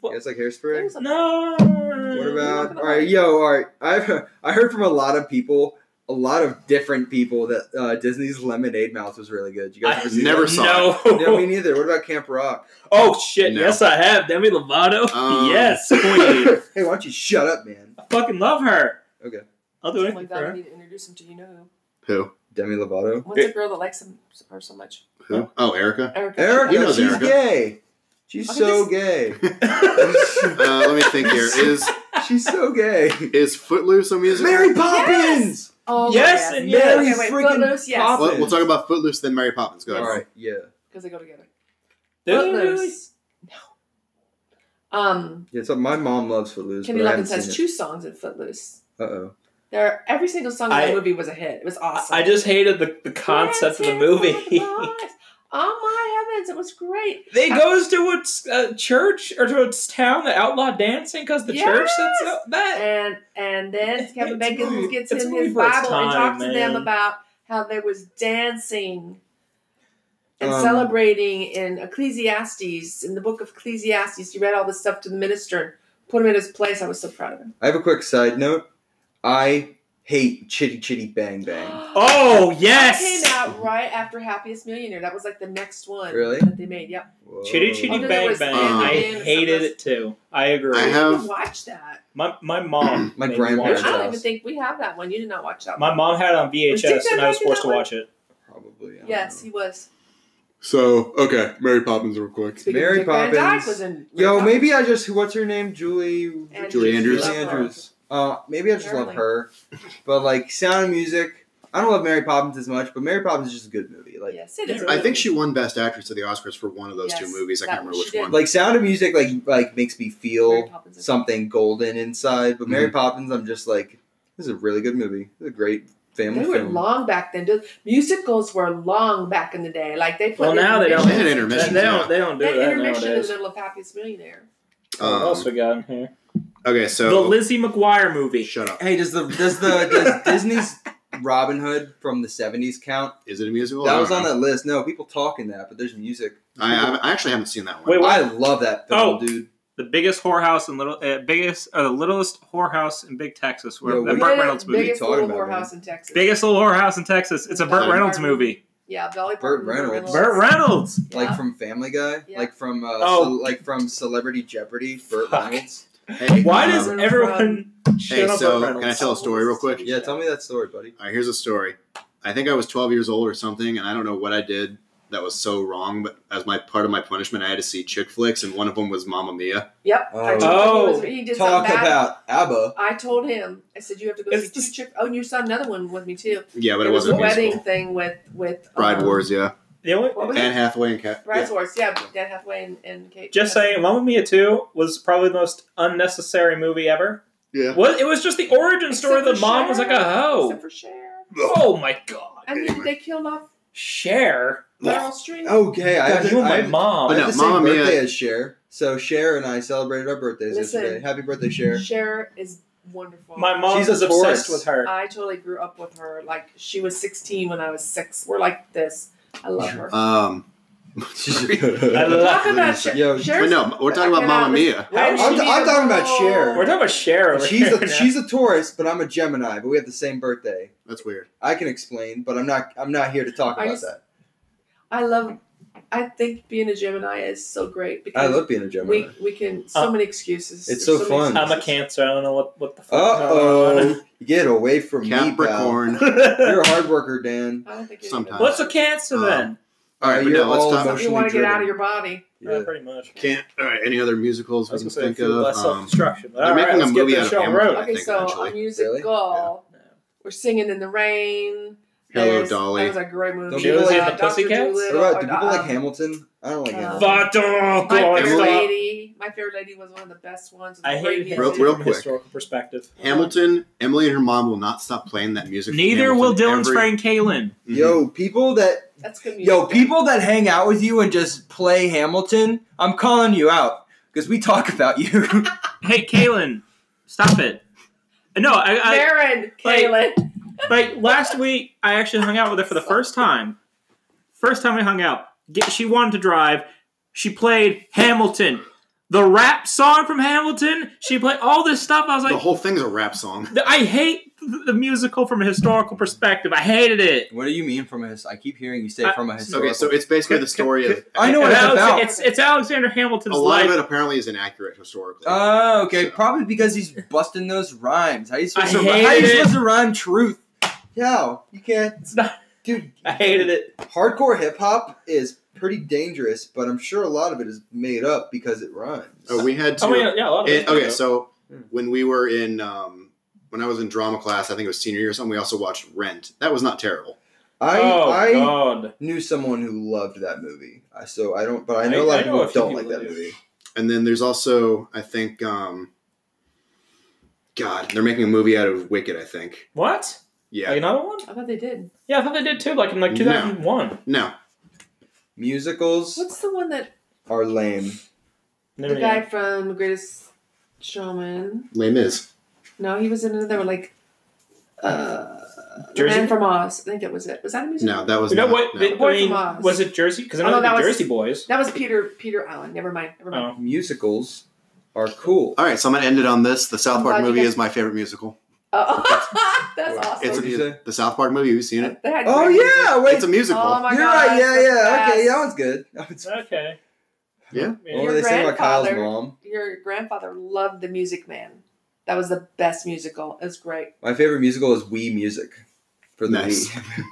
Speaker 5: What?
Speaker 3: You guys like hairspray?
Speaker 4: There's a-
Speaker 5: No.
Speaker 3: What
Speaker 4: Not
Speaker 3: about
Speaker 4: gonna
Speaker 3: all right,
Speaker 4: lie.
Speaker 3: yo, all right. I've I heard from a lot of people, a lot of different people that uh, Disney's Lemonade Mouth was really good. You guys
Speaker 5: I
Speaker 3: ever see
Speaker 1: never
Speaker 3: that?
Speaker 1: saw
Speaker 5: No.
Speaker 3: No, me neither. What about Camp Rock?
Speaker 5: oh shit!
Speaker 1: No.
Speaker 5: Yes, I have. Demi Lovato.
Speaker 1: Um.
Speaker 5: yes,
Speaker 3: hey,
Speaker 5: queen.
Speaker 3: why don't you shut up, man?
Speaker 5: I fucking love her.
Speaker 3: Okay.
Speaker 5: I'll do
Speaker 4: Something
Speaker 5: anything
Speaker 4: like
Speaker 5: for
Speaker 4: that. We
Speaker 5: her.
Speaker 4: need to introduce him to you know who.
Speaker 1: Who?
Speaker 3: Demi Lovato.
Speaker 4: What's a girl that likes him her so much?
Speaker 1: Who? Oh, Erica.
Speaker 4: Erica.
Speaker 3: Erica,
Speaker 1: He knows
Speaker 3: she's
Speaker 1: Erica.
Speaker 3: gay. She's
Speaker 4: Okay,
Speaker 3: so
Speaker 4: this-
Speaker 3: gay.
Speaker 1: Uh, let me think here. Is
Speaker 3: She's so gay.
Speaker 1: Is Footloose a musical?
Speaker 3: Mary Poppins.
Speaker 4: Oh,
Speaker 5: Yes
Speaker 4: my
Speaker 5: and
Speaker 4: God.
Speaker 5: yes.
Speaker 4: Okay, wait,
Speaker 3: Freaking
Speaker 4: Footloose, yes.
Speaker 3: pop-
Speaker 1: Well, we'll talk about Footloose then Mary Poppins. Go
Speaker 3: All
Speaker 1: ahead.
Speaker 3: right. Yeah.
Speaker 4: Because they go together.
Speaker 5: Did they
Speaker 4: Footloose.
Speaker 5: really?
Speaker 4: No. Um,
Speaker 3: Yeah. So my mom loves Footloose.
Speaker 4: Kenny
Speaker 3: but I haven't
Speaker 4: Loggins has
Speaker 3: seen
Speaker 4: two songs in Footloose.
Speaker 3: it. Uh oh.
Speaker 4: There, every single song in
Speaker 5: I-
Speaker 4: that movie was a hit. It was awesome.
Speaker 5: I just hated the, the concept of the movie.
Speaker 4: oh my heavens, it was great.
Speaker 5: they goes to a s- a church or to a s- town that outlaw dancing because the church
Speaker 4: Yes!
Speaker 5: says so- that.
Speaker 4: And and then Kevin
Speaker 5: It's
Speaker 4: Bacon
Speaker 5: movie-
Speaker 4: gets
Speaker 5: it's
Speaker 4: in
Speaker 5: movie
Speaker 4: his
Speaker 5: for its
Speaker 4: Bible
Speaker 5: time,
Speaker 4: and talks to them
Speaker 5: man.
Speaker 4: about how there was dancing and
Speaker 3: Um,
Speaker 4: celebrating in Ecclesiastes, in the book of Ecclesiastes. He read all this stuff to the minister and put him in his place. I was so proud of him.
Speaker 3: I have a quick side note. I hate Chitty Chitty Bang Bang.
Speaker 5: Oh
Speaker 4: That came
Speaker 5: yes,
Speaker 4: out right after Happiest Millionaire. That was like the next one
Speaker 3: Really?
Speaker 4: that they made. Yep.
Speaker 3: Whoa.
Speaker 5: Chitty Chitty
Speaker 4: Oh, there
Speaker 5: Bang
Speaker 4: was
Speaker 5: Bang.
Speaker 1: Sandman
Speaker 5: I
Speaker 4: and
Speaker 5: hated
Speaker 4: something
Speaker 5: it too. I agree.
Speaker 1: I
Speaker 4: I
Speaker 1: have-
Speaker 4: didn't watch that.
Speaker 5: my my mom,
Speaker 3: My
Speaker 5: made me
Speaker 3: grandparents-
Speaker 5: watch
Speaker 4: I
Speaker 5: it.
Speaker 4: don't
Speaker 3: house.
Speaker 4: even think we have that one. You did not watch that
Speaker 5: My
Speaker 4: one.
Speaker 5: mom had it on VHS,
Speaker 4: Dick
Speaker 5: and I was
Speaker 4: Van Dyke in
Speaker 5: forced
Speaker 4: that
Speaker 5: to
Speaker 4: one?
Speaker 5: watch it.
Speaker 3: Probably. I don't
Speaker 4: Yes,
Speaker 3: know.
Speaker 4: he was.
Speaker 1: So okay, Mary Poppins real quick.
Speaker 4: Speaking of
Speaker 3: Mary
Speaker 4: Dick Van Dyke
Speaker 3: Poppins.
Speaker 4: was in-
Speaker 3: Yo, maybe I just what's her name? Julie.
Speaker 4: Andrews.
Speaker 1: Julie Andrews.
Speaker 3: Julie Andrews. Uh, maybe I just love
Speaker 4: Apparently.
Speaker 3: her. But like Sound of Music, I don't love Mary Poppins as much, but Mary Poppins is just a good movie. Like
Speaker 4: yes, it is.
Speaker 1: I think she won Best Actress at the Oscars for one of those two
Speaker 4: Yes,
Speaker 1: movies. I
Speaker 4: that
Speaker 1: can't remember
Speaker 4: she
Speaker 1: which
Speaker 4: did.
Speaker 1: one.
Speaker 3: like Sound of Music, like like makes me
Speaker 4: Mary
Speaker 3: feel
Speaker 4: Poppins is-
Speaker 3: something golden inside. But Mary Poppins, I'm just like, this is a really good movie. This is a great family
Speaker 4: They were
Speaker 3: film.
Speaker 4: long back then. The Musicals were long back in the day. Like they put.
Speaker 5: Well, now they don't.
Speaker 1: They
Speaker 4: intermission-
Speaker 1: had intermissions,
Speaker 5: They
Speaker 1: yeah.
Speaker 5: don't. They don't do
Speaker 4: They had
Speaker 5: that
Speaker 4: intermission in the
Speaker 5: nowadays.
Speaker 4: middle of Happiest Millionaire.
Speaker 5: what else
Speaker 1: Um,
Speaker 5: we got in here?
Speaker 1: okay, so
Speaker 5: the Lizzie McGuire movie.
Speaker 1: shut up.
Speaker 3: Hey, does the does the does Disney's Robin Hood from the '70s count?
Speaker 1: Is it a musical?
Speaker 3: that
Speaker 1: I
Speaker 3: was
Speaker 1: don't
Speaker 3: on
Speaker 1: know.
Speaker 3: that list. No, people talking that, but there's music.
Speaker 1: I, I, I actually haven't seen that one.
Speaker 5: Wait, what?
Speaker 3: I love that film,
Speaker 5: Oh.
Speaker 3: dude.
Speaker 5: The biggest whorehouse in little, uh, biggest, uh, the littlest whorehouse in Big Texas, where
Speaker 3: Yeah,
Speaker 5: that
Speaker 3: we-
Speaker 5: Burt Reynolds movie.
Speaker 4: Biggest
Speaker 3: What are you
Speaker 4: little
Speaker 3: talking about,
Speaker 4: whorehouse in Texas.
Speaker 5: Biggest little whorehouse in Texas. It's a Burt
Speaker 1: Dolly
Speaker 5: Reynolds
Speaker 4: Parton.
Speaker 5: movie.
Speaker 4: Yeah, Dolly
Speaker 3: Burt
Speaker 4: Parton,
Speaker 3: Reynolds.
Speaker 5: Burt Reynolds.
Speaker 3: Like
Speaker 4: Yeah.
Speaker 3: from Family Guy,
Speaker 4: Yeah.
Speaker 3: like from uh,
Speaker 5: Oh.
Speaker 3: ce- like from Celebrity Jeopardy, Burt
Speaker 5: Fuck.
Speaker 3: Reynolds.
Speaker 1: Hey,
Speaker 5: Why
Speaker 1: um,
Speaker 5: does
Speaker 4: Burt
Speaker 5: everyone shut
Speaker 1: Hey,
Speaker 5: up
Speaker 1: so
Speaker 5: Burt Reynolds?
Speaker 1: can I tell a story real quick?
Speaker 3: Yeah, tell me that story, buddy.
Speaker 1: All right, here's a story. I think I was 12 years old or something, and I don't know what I did that was so wrong, but as my part of my punishment, I had to see chick flicks, and one of them was Mamma Mia.
Speaker 4: Yep. I
Speaker 3: Oh.
Speaker 4: told him he was- he did
Speaker 3: Talk
Speaker 4: something bad.
Speaker 3: about ABBA.
Speaker 4: I told him. I said you have to go
Speaker 5: It's
Speaker 4: see
Speaker 5: just-
Speaker 4: two chick. Oh, and you saw another one with me too.
Speaker 1: Yeah, but
Speaker 4: it
Speaker 1: it,
Speaker 4: was a
Speaker 1: wasn't a
Speaker 4: wedding
Speaker 1: musical.
Speaker 4: thing with with
Speaker 1: Bride
Speaker 4: um,
Speaker 1: Wars, yeah.
Speaker 5: The only-
Speaker 4: What was it?
Speaker 1: Anne Hathaway and Cat.
Speaker 4: Bride's Wars. Yeah, Dan Hathaway and, and Kate.
Speaker 5: just saying, Mamma Mia 2 was probably the most unnecessary movie ever.
Speaker 1: Yeah.
Speaker 5: Well, it was just the origin story.
Speaker 4: Except
Speaker 5: The
Speaker 4: for
Speaker 5: mom was like a
Speaker 4: Cher.
Speaker 5: hoe.
Speaker 4: Except for Cher.
Speaker 5: Oh my god.
Speaker 4: I mean, they killed off
Speaker 5: Cher.
Speaker 4: Meryl Streep.
Speaker 3: Okay, I
Speaker 5: God,
Speaker 3: have,
Speaker 5: you
Speaker 3: the,
Speaker 5: and
Speaker 3: I
Speaker 5: my
Speaker 3: have,
Speaker 5: mom.
Speaker 3: I have
Speaker 1: No,
Speaker 3: the same
Speaker 1: Mamma Mia-
Speaker 3: birthday as Cher. So Cher and I celebrated our birthdays
Speaker 4: Listen.
Speaker 3: yesterday. Happy birthday, Cher.
Speaker 4: Cher is wonderful.
Speaker 5: My mom
Speaker 3: She's
Speaker 5: is
Speaker 3: a Taurus.
Speaker 5: obsessed with her.
Speaker 4: I totally grew up with her. Like she was 16 when I was six. We're like this. I love her.
Speaker 1: Um,
Speaker 5: love-
Speaker 4: Talk about Cher.
Speaker 3: Yo,
Speaker 1: but
Speaker 4: Cher's
Speaker 1: no, we're talking
Speaker 4: I
Speaker 1: about
Speaker 4: cannot
Speaker 1: Mamma
Speaker 4: listen-
Speaker 1: Mia.
Speaker 4: Where did
Speaker 5: I'm-
Speaker 4: she
Speaker 3: I'm
Speaker 4: be
Speaker 3: talking about
Speaker 4: alone?
Speaker 3: Cher.
Speaker 5: We're talking about Cher over
Speaker 3: she's
Speaker 5: here.
Speaker 3: a, she's a Taurus, but I'm a Gemini. But we have the same birthday.
Speaker 1: That's weird.
Speaker 3: I can explain, but I'm not. I'm not here to talk
Speaker 4: I
Speaker 3: about
Speaker 4: just-
Speaker 3: that.
Speaker 4: I love. I think being a Gemini is so great because
Speaker 3: I love being a Gemini.
Speaker 4: we we can so
Speaker 5: Uh,
Speaker 4: many excuses.
Speaker 3: it's
Speaker 4: There's
Speaker 3: so
Speaker 4: many
Speaker 3: fun.
Speaker 5: I'm a
Speaker 4: excuses.
Speaker 5: cancer. I don't know what, what the fuck.
Speaker 3: Uh oh, get away from me,
Speaker 1: Capricorn.
Speaker 3: pal.
Speaker 5: oh.
Speaker 3: You're a hard worker, Dan.
Speaker 4: I don't think it-
Speaker 1: Sometimes.
Speaker 5: What's a cancer
Speaker 1: Um,
Speaker 5: then?
Speaker 1: All right, but
Speaker 3: You're
Speaker 1: no, let's
Speaker 3: all
Speaker 1: talk.
Speaker 3: emotional.
Speaker 4: You want to
Speaker 3: Emotionally
Speaker 4: get out
Speaker 3: driven.
Speaker 4: of your body.
Speaker 5: Yeah, pretty much.
Speaker 1: Can't. All right, any other musicals
Speaker 5: I
Speaker 1: we
Speaker 5: was
Speaker 1: can
Speaker 5: gonna
Speaker 1: think
Speaker 5: say food
Speaker 1: of?
Speaker 5: less
Speaker 1: Um,
Speaker 5: self-destruction.
Speaker 1: they're
Speaker 5: All right,
Speaker 1: making a
Speaker 5: let's get
Speaker 1: movie
Speaker 5: this
Speaker 1: out of
Speaker 5: show on the
Speaker 1: Hamilton.
Speaker 5: road.
Speaker 1: I
Speaker 4: Okay,
Speaker 1: think
Speaker 4: so
Speaker 1: eventually.
Speaker 4: a musical. We're singing in the rain.
Speaker 1: Hello,
Speaker 4: There's-
Speaker 1: Dolly.
Speaker 4: That was a great movie.
Speaker 3: Don't people like the
Speaker 4: Dr.
Speaker 5: Pussycats?
Speaker 4: Dolittle,
Speaker 3: What about do
Speaker 4: or,
Speaker 3: people
Speaker 4: uh,
Speaker 3: like Hamilton? I don't like
Speaker 4: uh,
Speaker 3: Hamilton.
Speaker 5: But oh,
Speaker 4: My
Speaker 5: God,
Speaker 4: favorite
Speaker 5: stop.
Speaker 4: lady. My favorite lady was one of the best ones.
Speaker 5: I hate
Speaker 4: Great
Speaker 5: him
Speaker 1: Real-
Speaker 4: music.
Speaker 1: real
Speaker 5: from a
Speaker 1: quick.
Speaker 5: historical perspective.
Speaker 1: Hamilton, Emily and her mom will not stop playing that music. from
Speaker 5: Neither will
Speaker 1: Hamilton
Speaker 5: Dylan's
Speaker 1: every-
Speaker 5: friend Kalen.
Speaker 1: Mhm.
Speaker 3: Yo, people that
Speaker 4: That's good music.
Speaker 3: yo people that hang out with you and just play Hamilton, I'm calling you out because we talk about you.
Speaker 5: Hey, Kalen, stop it. No, I, I
Speaker 4: Marin,
Speaker 5: like-
Speaker 4: Kaylin.
Speaker 5: like last week. I actually hung out with her for the first time. First time I hung out, Get- she wanted to drive. She played Hamilton, the rap song from Hamilton. She played all this stuff. I was
Speaker 1: the
Speaker 5: like,
Speaker 1: whole thing's a rap song.
Speaker 5: I hate th- the musical from a historical perspective. I hated it.
Speaker 3: what do you mean from a his? I keep hearing you say
Speaker 5: I-
Speaker 3: from a historical.
Speaker 1: Okay, so it's basically the story of.
Speaker 3: I know
Speaker 5: And
Speaker 3: what it's
Speaker 5: Alex-
Speaker 3: about.
Speaker 5: It's, it's Alexander Hamilton's
Speaker 1: a lot
Speaker 5: life.
Speaker 1: of it apparently is inaccurate historically.
Speaker 3: Oh, okay.
Speaker 1: So-
Speaker 3: Probably because he's busting those rhymes. How you supposed,
Speaker 5: I
Speaker 3: to, how
Speaker 5: hate
Speaker 3: you
Speaker 5: it.
Speaker 3: supposed to rhyme truth? No, you can't.
Speaker 5: It's not-
Speaker 3: Dude,
Speaker 5: I hated it.
Speaker 3: hardcore hip hop is pretty dangerous, but I'm sure a lot of it is made up because it rhymes.
Speaker 1: Oh, we had to.
Speaker 5: Oh, yeah, yeah, a lot of
Speaker 1: it-
Speaker 5: it.
Speaker 1: okay, so
Speaker 3: Hmm.
Speaker 1: When we were in, um, when I was in drama class, I think it was senior year or something. We also watched Rent. That was not terrible.
Speaker 3: I
Speaker 5: oh
Speaker 3: I
Speaker 5: God!
Speaker 3: knew someone who loved that movie. I- So I don't, but I
Speaker 5: I-
Speaker 3: know a lot
Speaker 5: I
Speaker 3: of
Speaker 5: know
Speaker 3: people
Speaker 5: a few
Speaker 3: don't
Speaker 5: people
Speaker 3: like that
Speaker 5: that do.
Speaker 3: movie.
Speaker 1: And then there's also, I think, um, God, they're making a movie out of Wicked. I think.
Speaker 5: What?
Speaker 1: Yeah.
Speaker 5: Like another one?
Speaker 4: I thought they did.
Speaker 5: Yeah, I thought they did too. Like in like
Speaker 1: No.
Speaker 5: 2001.
Speaker 1: No.
Speaker 3: Musicals
Speaker 4: What's the one that
Speaker 3: are lame.
Speaker 5: No,
Speaker 4: the
Speaker 5: no,
Speaker 4: guy
Speaker 5: no.
Speaker 4: from Greatest Showman?
Speaker 1: Lame is.
Speaker 4: No, he was in another one like uh, The
Speaker 5: Jersey?
Speaker 4: Man from Oz. I think that was it. Was that a music?
Speaker 1: No, that was
Speaker 5: You know
Speaker 1: not-
Speaker 5: what?
Speaker 1: no.
Speaker 5: they-
Speaker 4: Boy
Speaker 5: I mean,
Speaker 4: from Oz.
Speaker 5: was it Jersey? Because I
Speaker 4: Oh,
Speaker 5: know
Speaker 4: no,
Speaker 5: they
Speaker 4: that
Speaker 5: did
Speaker 4: was-
Speaker 5: Jersey Boys.
Speaker 4: That was Peter Peter Allen. Never mind. Never mind.
Speaker 5: Oh.
Speaker 3: Musicals are cool.
Speaker 1: All right, so I'm gonna end it on this. The South Park
Speaker 4: Glad you
Speaker 1: movie
Speaker 4: guys-
Speaker 1: is my favorite musical.
Speaker 4: Oh, that's
Speaker 3: Wow.
Speaker 4: awesome.
Speaker 1: It's a,
Speaker 3: What'd you
Speaker 1: mu-
Speaker 3: say?
Speaker 1: the South Park movie. You've seen it.
Speaker 4: They had
Speaker 3: Oh
Speaker 4: great music.
Speaker 3: yeah, wait.
Speaker 1: It's a musical.
Speaker 4: Oh my
Speaker 3: You're
Speaker 4: gosh,
Speaker 3: right. Yeah,
Speaker 4: that's
Speaker 3: yeah. Okay,
Speaker 4: best.
Speaker 3: yeah, that one's good. That one's-
Speaker 5: Okay.
Speaker 1: Yeah.
Speaker 3: What
Speaker 5: Yeah.
Speaker 3: were they saying about Kyle's
Speaker 4: grandfather-
Speaker 3: mom?
Speaker 4: Your grandfather loved The Music Man. That was the best musical. It was great.
Speaker 3: My favorite musical is Wii Music. For the
Speaker 1: Nice.
Speaker 3: Wii.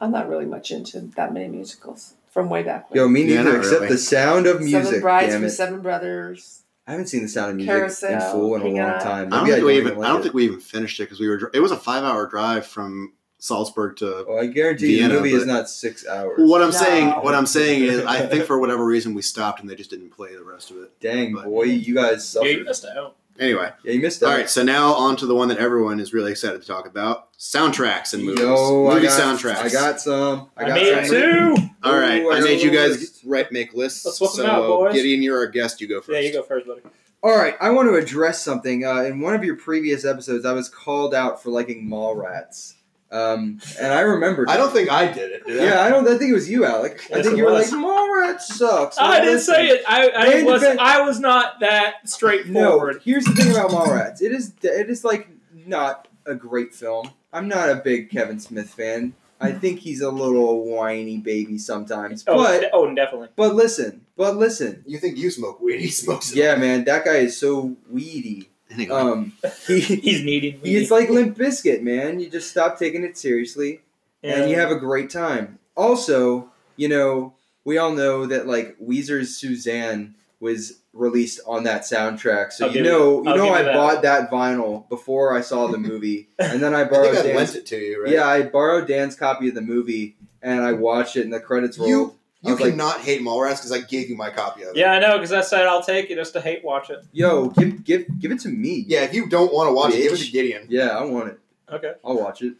Speaker 4: I'm not really much into that many musicals from way back when.
Speaker 3: Yo, me
Speaker 1: Yeah,
Speaker 3: neither.
Speaker 1: not
Speaker 3: except
Speaker 1: really.
Speaker 3: the sound of
Speaker 4: Seven
Speaker 3: music.
Speaker 4: Brides
Speaker 3: damn
Speaker 4: from
Speaker 3: it.
Speaker 4: Seven Brothers.
Speaker 3: I haven't seen the sound of music in
Speaker 4: Carousel,
Speaker 3: full in a
Speaker 4: King
Speaker 3: long
Speaker 4: Eye.
Speaker 3: time.
Speaker 1: I don't
Speaker 3: Maybe
Speaker 1: think we even.
Speaker 3: like
Speaker 1: I don't
Speaker 3: it.
Speaker 1: think we even finished it because we were. dr- It was a five-hour drive from Salzburg to
Speaker 3: Well, Oh, I guarantee you the
Speaker 1: Vienna,
Speaker 3: movie is
Speaker 1: but-
Speaker 3: not six hours.
Speaker 1: What I'm
Speaker 4: No.
Speaker 1: saying, what I'm saying is, I think for whatever reason we stopped and they just didn't play the rest of it.
Speaker 3: Dang
Speaker 1: But-
Speaker 3: boy, you guys suffered.
Speaker 5: you missed out.
Speaker 1: Anyway,
Speaker 3: Yeah, you missed that.
Speaker 1: all right. So now on to the one that everyone is really excited to talk about: soundtracks and movies,
Speaker 3: Yo,
Speaker 1: movie
Speaker 3: I got,
Speaker 1: soundtracks.
Speaker 3: I got some. I
Speaker 5: I,
Speaker 3: got
Speaker 5: made it
Speaker 3: some.
Speaker 5: too.
Speaker 1: All right,
Speaker 3: Ooh, I
Speaker 1: I
Speaker 3: got
Speaker 1: made
Speaker 3: a
Speaker 1: you
Speaker 3: little
Speaker 1: guys
Speaker 3: list.
Speaker 1: right make lists.
Speaker 5: Let's swap
Speaker 1: so
Speaker 5: them out, boys.
Speaker 1: Gideon, you're our guest. You go first.
Speaker 5: Yeah, you go first, buddy.
Speaker 3: All right, I want to address something. Uh, in one of your previous episodes, I was called out for liking Mallrats, um, and I remembered.
Speaker 1: I don't
Speaker 3: it.
Speaker 1: think I did it. did I?
Speaker 3: Yeah, I don't. I think it was you, Alec. I
Speaker 5: Yes,
Speaker 3: think
Speaker 5: it
Speaker 3: you were like
Speaker 5: was.
Speaker 3: Mallrats sucks.
Speaker 5: I didn't
Speaker 3: Mallrats sucks."
Speaker 5: say it. I, I
Speaker 3: Van
Speaker 5: was
Speaker 3: Defen-
Speaker 5: I was not that straightforward.
Speaker 3: No, here's the thing about Mallrats. It is it is like not a great film. I'm not a big Kevin Smith fan. I think he's a little whiny baby sometimes.
Speaker 5: Oh,
Speaker 3: But
Speaker 5: de- oh, definitely.
Speaker 3: but listen, but listen.
Speaker 1: You think you smoke weed? He smokes. it.
Speaker 3: Yeah, man, that guy is so weedy.
Speaker 1: Anyway,
Speaker 3: Um, he
Speaker 5: He's needing me.
Speaker 3: it's like Limp Biscuit, man. You just stop taking it seriously and you have a great time. Also, you know, we all know that like Weezer's Suzanne was released on that soundtrack. So
Speaker 5: I'll
Speaker 3: you
Speaker 5: give you-
Speaker 3: know, you
Speaker 5: I'll
Speaker 3: know
Speaker 5: give
Speaker 3: I
Speaker 5: you that.
Speaker 3: bought that vinyl before I saw the movie and then I
Speaker 1: I
Speaker 3: borrowed
Speaker 1: think I lent
Speaker 3: Dan's
Speaker 1: it to you, right?
Speaker 3: Yeah, I borrowed Dan's copy of the movie and I watched it and the credits
Speaker 1: You-
Speaker 3: rolled. I
Speaker 1: You
Speaker 3: was like-
Speaker 1: cannot hate Mallrats because I gave you my copy of it.
Speaker 5: yeah, I know because I said I'll take it just to hate watch it.
Speaker 3: Yo, give give give it to me.
Speaker 1: Yeah, if you don't want to watch it, give it
Speaker 3: Bitch.
Speaker 1: to Gideon.
Speaker 3: Yeah, I want it.
Speaker 5: Okay.
Speaker 3: I'll watch it.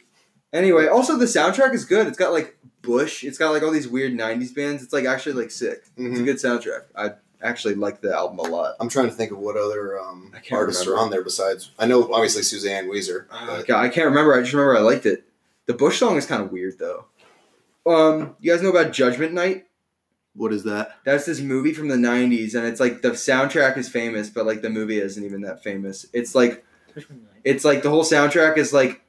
Speaker 3: Anyway, also the soundtrack is good. It's got like Bush. It's got like all these weird '90s bands. It's like actually like sick. It's a
Speaker 1: Mhm.
Speaker 3: good soundtrack. I actually like the album a lot.
Speaker 1: I'm trying to think of what other um,
Speaker 3: I can't
Speaker 1: artists are
Speaker 3: remember.
Speaker 1: on there besides. I know obviously Suzanne Weezer.
Speaker 3: Oh,
Speaker 1: but-
Speaker 3: God, I can't remember. I just remember I liked it. The Bush song is kind of weird though. Um, you guys know about Judgment Night?
Speaker 1: What is that?
Speaker 3: That's this movie from the '90s, and it's like the soundtrack is famous, but like the movie isn't even that famous. It's like it's like the whole soundtrack is like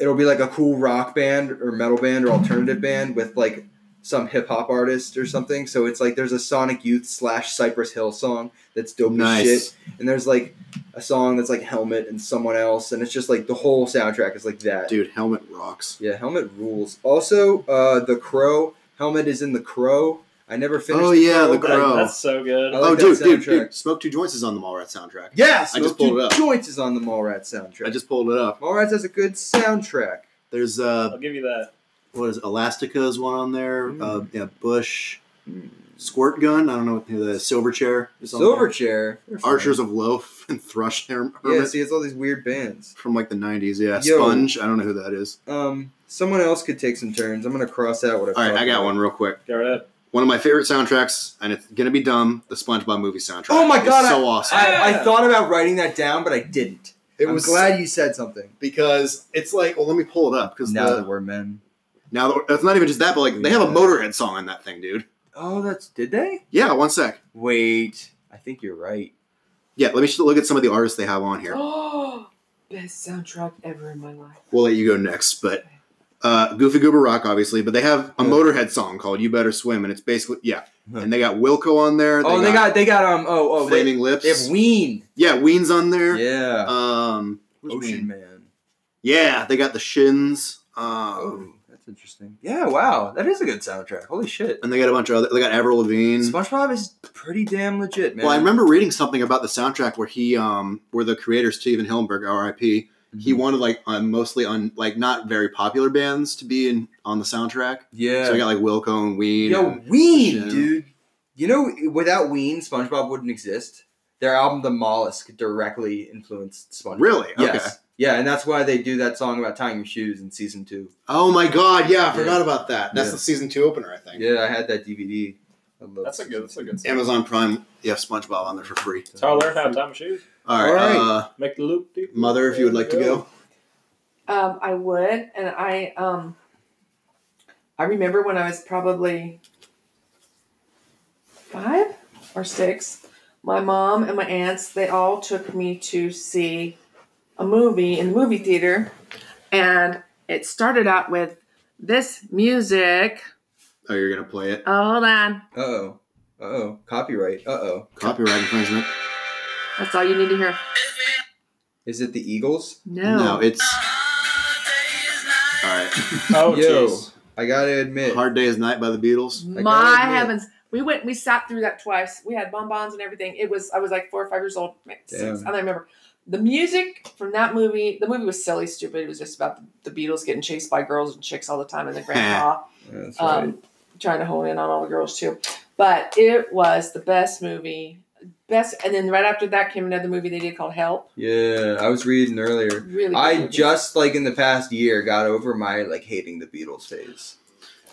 Speaker 3: it'll be like a cool rock band or metal band or alternative band with like some hip hop artist or something. So it's like there's a Sonic Youth slash Cypress Hill song that's dope as shit. and there's like a song that's like Helmet and someone else, and it's just like the whole soundtrack is like that.
Speaker 1: dude. Helmet rocks.
Speaker 3: Yeah, Helmet rules. Also, uh, The Crow. Helmet is in The Crow. I never finished.
Speaker 1: Oh,
Speaker 3: The
Speaker 1: yeah,
Speaker 3: Crow,
Speaker 1: The
Speaker 3: but I-
Speaker 1: Crow.
Speaker 5: That's so good.
Speaker 3: I like
Speaker 1: oh,
Speaker 3: that
Speaker 1: dude, dude,
Speaker 3: soundtrack.
Speaker 1: dude, Smoke Two Joints is on the Mallrats soundtrack.
Speaker 3: Yeah,
Speaker 1: I just
Speaker 3: Smoke
Speaker 1: pulled it up.
Speaker 3: Two Joints is on the Mallrats soundtrack.
Speaker 1: I just pulled it up.
Speaker 3: Mallrats has a good soundtrack.
Speaker 1: There's uh,
Speaker 5: I'll give you that.
Speaker 1: what is Elastica's one on there? Uh,
Speaker 3: Mm.
Speaker 1: yeah, Bush,
Speaker 3: Mm.
Speaker 1: Squirt Gun. I don't know what the Silverchair. is on there.
Speaker 3: Silverchair.
Speaker 1: Archers of Loaf and Thrush Her- Hermit
Speaker 3: Yeah, see, it's all these weird bands.
Speaker 1: from like the '90s. Yeah,
Speaker 3: Yo.
Speaker 1: Sponge. I don't know who that is.
Speaker 3: Um, someone else could take some turns. I'm gonna cross out what I.
Speaker 1: All right, I got one real quick.
Speaker 5: Go right up.
Speaker 1: One of my favorite soundtracks, and it's gonna be dumb. The SpongeBob movie soundtrack.
Speaker 3: Oh my
Speaker 1: It's
Speaker 3: God,
Speaker 1: so awesome!
Speaker 3: I, I thought about writing that down, but I didn't.
Speaker 1: it
Speaker 3: I'm
Speaker 1: was
Speaker 3: glad you said something.
Speaker 1: because it's like, well, let me pull it up because
Speaker 3: Now
Speaker 1: the,
Speaker 3: that we're men.
Speaker 1: now that, it's not even just that, but like they have a
Speaker 3: Yeah.
Speaker 1: Motorhead song in that thing, dude.
Speaker 3: Oh, that's did they?
Speaker 1: Yeah, one sec.
Speaker 3: Wait, I think you're right.
Speaker 1: Yeah, let me just look at some of the artists they have on here.
Speaker 4: Oh, best soundtrack ever in my life.
Speaker 1: We'll let you go next, but uh, Goofy Goober Rock, obviously, but they have a
Speaker 3: Yeah.
Speaker 1: Motorhead song called "You Better Swim," and it's basically yeah,
Speaker 3: Huh.
Speaker 1: and they got Wilco on there.
Speaker 3: oh, they got they got um oh oh they,
Speaker 1: Flaming Lips.
Speaker 3: they have Ween.
Speaker 1: yeah, Ween's on there.
Speaker 3: Yeah.
Speaker 1: Um,
Speaker 3: Ocean Man.
Speaker 1: Yeah, they got the Shins. Um,
Speaker 3: Oh, that That's interesting. Yeah, wow, that is a good soundtrack. Holy shit,
Speaker 1: And they got a bunch of other. They got Avril Lavigne.
Speaker 3: SpongeBob is pretty damn legit, man.
Speaker 1: Well, I remember reading something about the soundtrack where he, um, where the creator Steven Hillenberg, R.I.P.
Speaker 3: Mm-hmm.
Speaker 1: He wanted like um, mostly on like not very popular bands to be in on the soundtrack.
Speaker 3: yeah,
Speaker 1: So we got like Wilco and Ween.
Speaker 3: Yo,
Speaker 1: and-
Speaker 3: Ween,
Speaker 1: Yeah.
Speaker 3: dude. You know, without Ween, SpongeBob wouldn't exist. Their album, The Mollusk, directly influenced SpongeBob.
Speaker 1: Really? Okay.
Speaker 3: Yes. Yeah, and that's why they do that song about tying your shoes in season two.
Speaker 1: oh my God! Yeah, I forgot about that. That's
Speaker 3: Yeah.
Speaker 1: the season two opener, I think.
Speaker 3: Yeah, I had that DVD. I love
Speaker 5: That's a good. That's a good. Song.
Speaker 1: Amazon Prime. You have SpongeBob on there for free.
Speaker 5: That's how I learned how to tie my shoes.
Speaker 1: All right,
Speaker 3: All right.
Speaker 1: Uh,
Speaker 5: Make the loop. deep.
Speaker 1: mother, if you would like to go.
Speaker 4: Um, I would, and I um, I remember when I was probably five or six. My mom and my aunts they all took me to see a movie in the movie theater, and it started out with this music.
Speaker 1: Oh, you're gonna play it.
Speaker 4: Oh, hold on,
Speaker 3: Uh oh. Uh oh. Copyright. Uh oh.
Speaker 1: Copyright infringement.
Speaker 4: that's all you need to hear.
Speaker 3: Is it the Eagles?
Speaker 4: No,
Speaker 1: No, it's. All right.
Speaker 5: Oh,
Speaker 3: Yo,
Speaker 5: jeez.
Speaker 3: I gotta admit.
Speaker 1: Hard Day's Night by the Beatles.
Speaker 3: I
Speaker 4: My
Speaker 3: gotta admit-
Speaker 4: heavens. We went we sat through that twice. We had bonbons and everything. It was I was like four or five years old, maybe six.
Speaker 3: Damn.
Speaker 4: I don't remember. The music from that movie, the movie was silly, stupid. It was just about the Beatles getting chased by girls and chicks all the time and the grandpa
Speaker 3: Yeah, that's right.
Speaker 4: um, trying to hone in on all the girls too. But it was the best movie. Best and then right after that came another movie they did called Help.
Speaker 3: yeah, I was reading earlier.
Speaker 4: Really good
Speaker 3: I
Speaker 4: movie.
Speaker 3: just like in the past year got over my like hating the Beatles phase.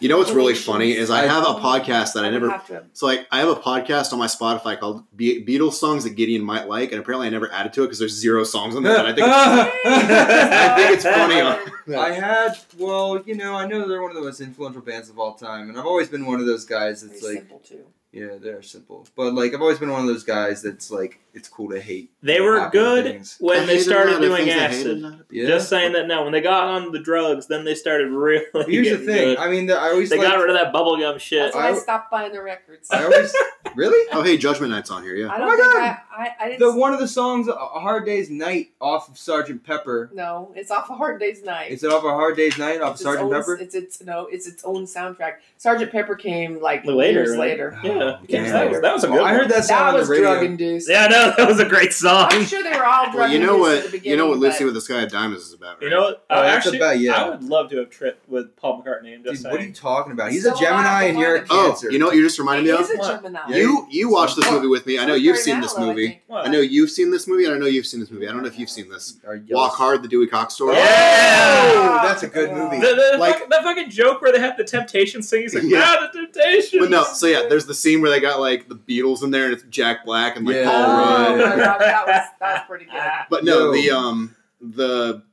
Speaker 1: You know what's really funny is I have a podcast that I
Speaker 4: would
Speaker 1: never.
Speaker 4: have to
Speaker 1: So like I have a podcast on my Spotify called Be- Beatles songs that Gideon might like, and apparently I never added to it because there's zero songs on there. But I think I think it's funny on.
Speaker 3: I had, well, you know, I know they're one of the most influential bands of all time, and I've always been one of those guys
Speaker 4: very
Speaker 3: that's like,
Speaker 4: simple too.
Speaker 3: yeah, they're simple, but like I've always been one of those guys that's like, it's cool to hate.
Speaker 5: They
Speaker 3: the
Speaker 5: were
Speaker 3: popular
Speaker 5: good
Speaker 3: things.
Speaker 5: when
Speaker 1: I
Speaker 5: they
Speaker 1: hated a
Speaker 5: started
Speaker 1: lot of
Speaker 5: doing
Speaker 1: things I hated.
Speaker 5: acid. Just saying that now, when they got on the drugs, then they started really.
Speaker 3: Here's the
Speaker 5: getting
Speaker 3: thing.
Speaker 5: good.
Speaker 3: I mean, I always
Speaker 5: They
Speaker 3: liked-
Speaker 5: got rid of that bubblegum shit.
Speaker 4: That's why I,
Speaker 3: I-
Speaker 4: stopped buying the records.
Speaker 3: I always really
Speaker 1: Oh hey, Judgment Night's on here. Yeah.
Speaker 4: I
Speaker 3: Oh
Speaker 4: don't
Speaker 3: my
Speaker 4: think
Speaker 3: God.
Speaker 4: I, I, I didn't
Speaker 3: the one of the songs, "A Hard Day's Night," off of Sergeant Pepper.
Speaker 4: No, it's off a Hard Day's Night.
Speaker 3: Is it off of Hard Day's Night? Off
Speaker 4: It's its
Speaker 3: Sergeant
Speaker 4: own-
Speaker 3: Pepper?
Speaker 4: It's its no, it's its own soundtrack. Sergeant Pepper came like
Speaker 5: Later,
Speaker 4: years
Speaker 5: right?
Speaker 4: later.
Speaker 5: Yeah,
Speaker 3: Yeah.
Speaker 5: that was that was a good.
Speaker 3: Oh, I heard
Speaker 5: one.
Speaker 3: that song
Speaker 4: That
Speaker 3: on the
Speaker 4: was
Speaker 3: radio.
Speaker 4: drug induced.
Speaker 5: Yeah, no, that was a great song.
Speaker 4: I'm sure they were all drug
Speaker 1: Well, you know
Speaker 4: induced at the
Speaker 1: what?
Speaker 4: beginning.
Speaker 1: You know what
Speaker 4: but
Speaker 1: Lucy with the Sky of Diamonds is about. Right?
Speaker 5: You know, what?
Speaker 3: Oh,
Speaker 5: uh,
Speaker 3: that's
Speaker 5: actually,
Speaker 3: about- yeah.
Speaker 5: I would love to have tripped with Paul McCartney. I'm just
Speaker 3: Dude, what are
Speaker 5: saying.
Speaker 3: you talking about? He's
Speaker 4: Still
Speaker 3: a Gemini,
Speaker 4: alive,
Speaker 3: and you're a
Speaker 4: alive, alive.
Speaker 1: oh,
Speaker 3: Cancer.
Speaker 1: you know what you just reminded me
Speaker 4: It
Speaker 1: of?
Speaker 4: is a
Speaker 5: What?
Speaker 4: Gemini.
Speaker 3: Yeah,
Speaker 1: You you watched this movie with me. I know you've seen this
Speaker 4: Marilyn, I
Speaker 1: movie.
Speaker 4: think.
Speaker 5: What?
Speaker 1: I know you've seen this movie. and I know you've seen this movie. I don't know if you've seen this. Walk Hard, the Dewey Cox story.
Speaker 5: Yeah!
Speaker 3: Oh, that's a good movie.
Speaker 5: The, the,
Speaker 1: Like-
Speaker 5: fuck- that fucking joke where they had the Temptation singing, he's like,
Speaker 1: Yeah.
Speaker 5: yeah, the Temptation.
Speaker 1: But no, so yeah, there's the scene where they got like the Beatles in there and it's Jack Black and like
Speaker 3: Yeah.
Speaker 1: Paul Rudd.
Speaker 4: Oh, my God, that was that was pretty good.
Speaker 1: But no,
Speaker 3: Yo.
Speaker 1: the um the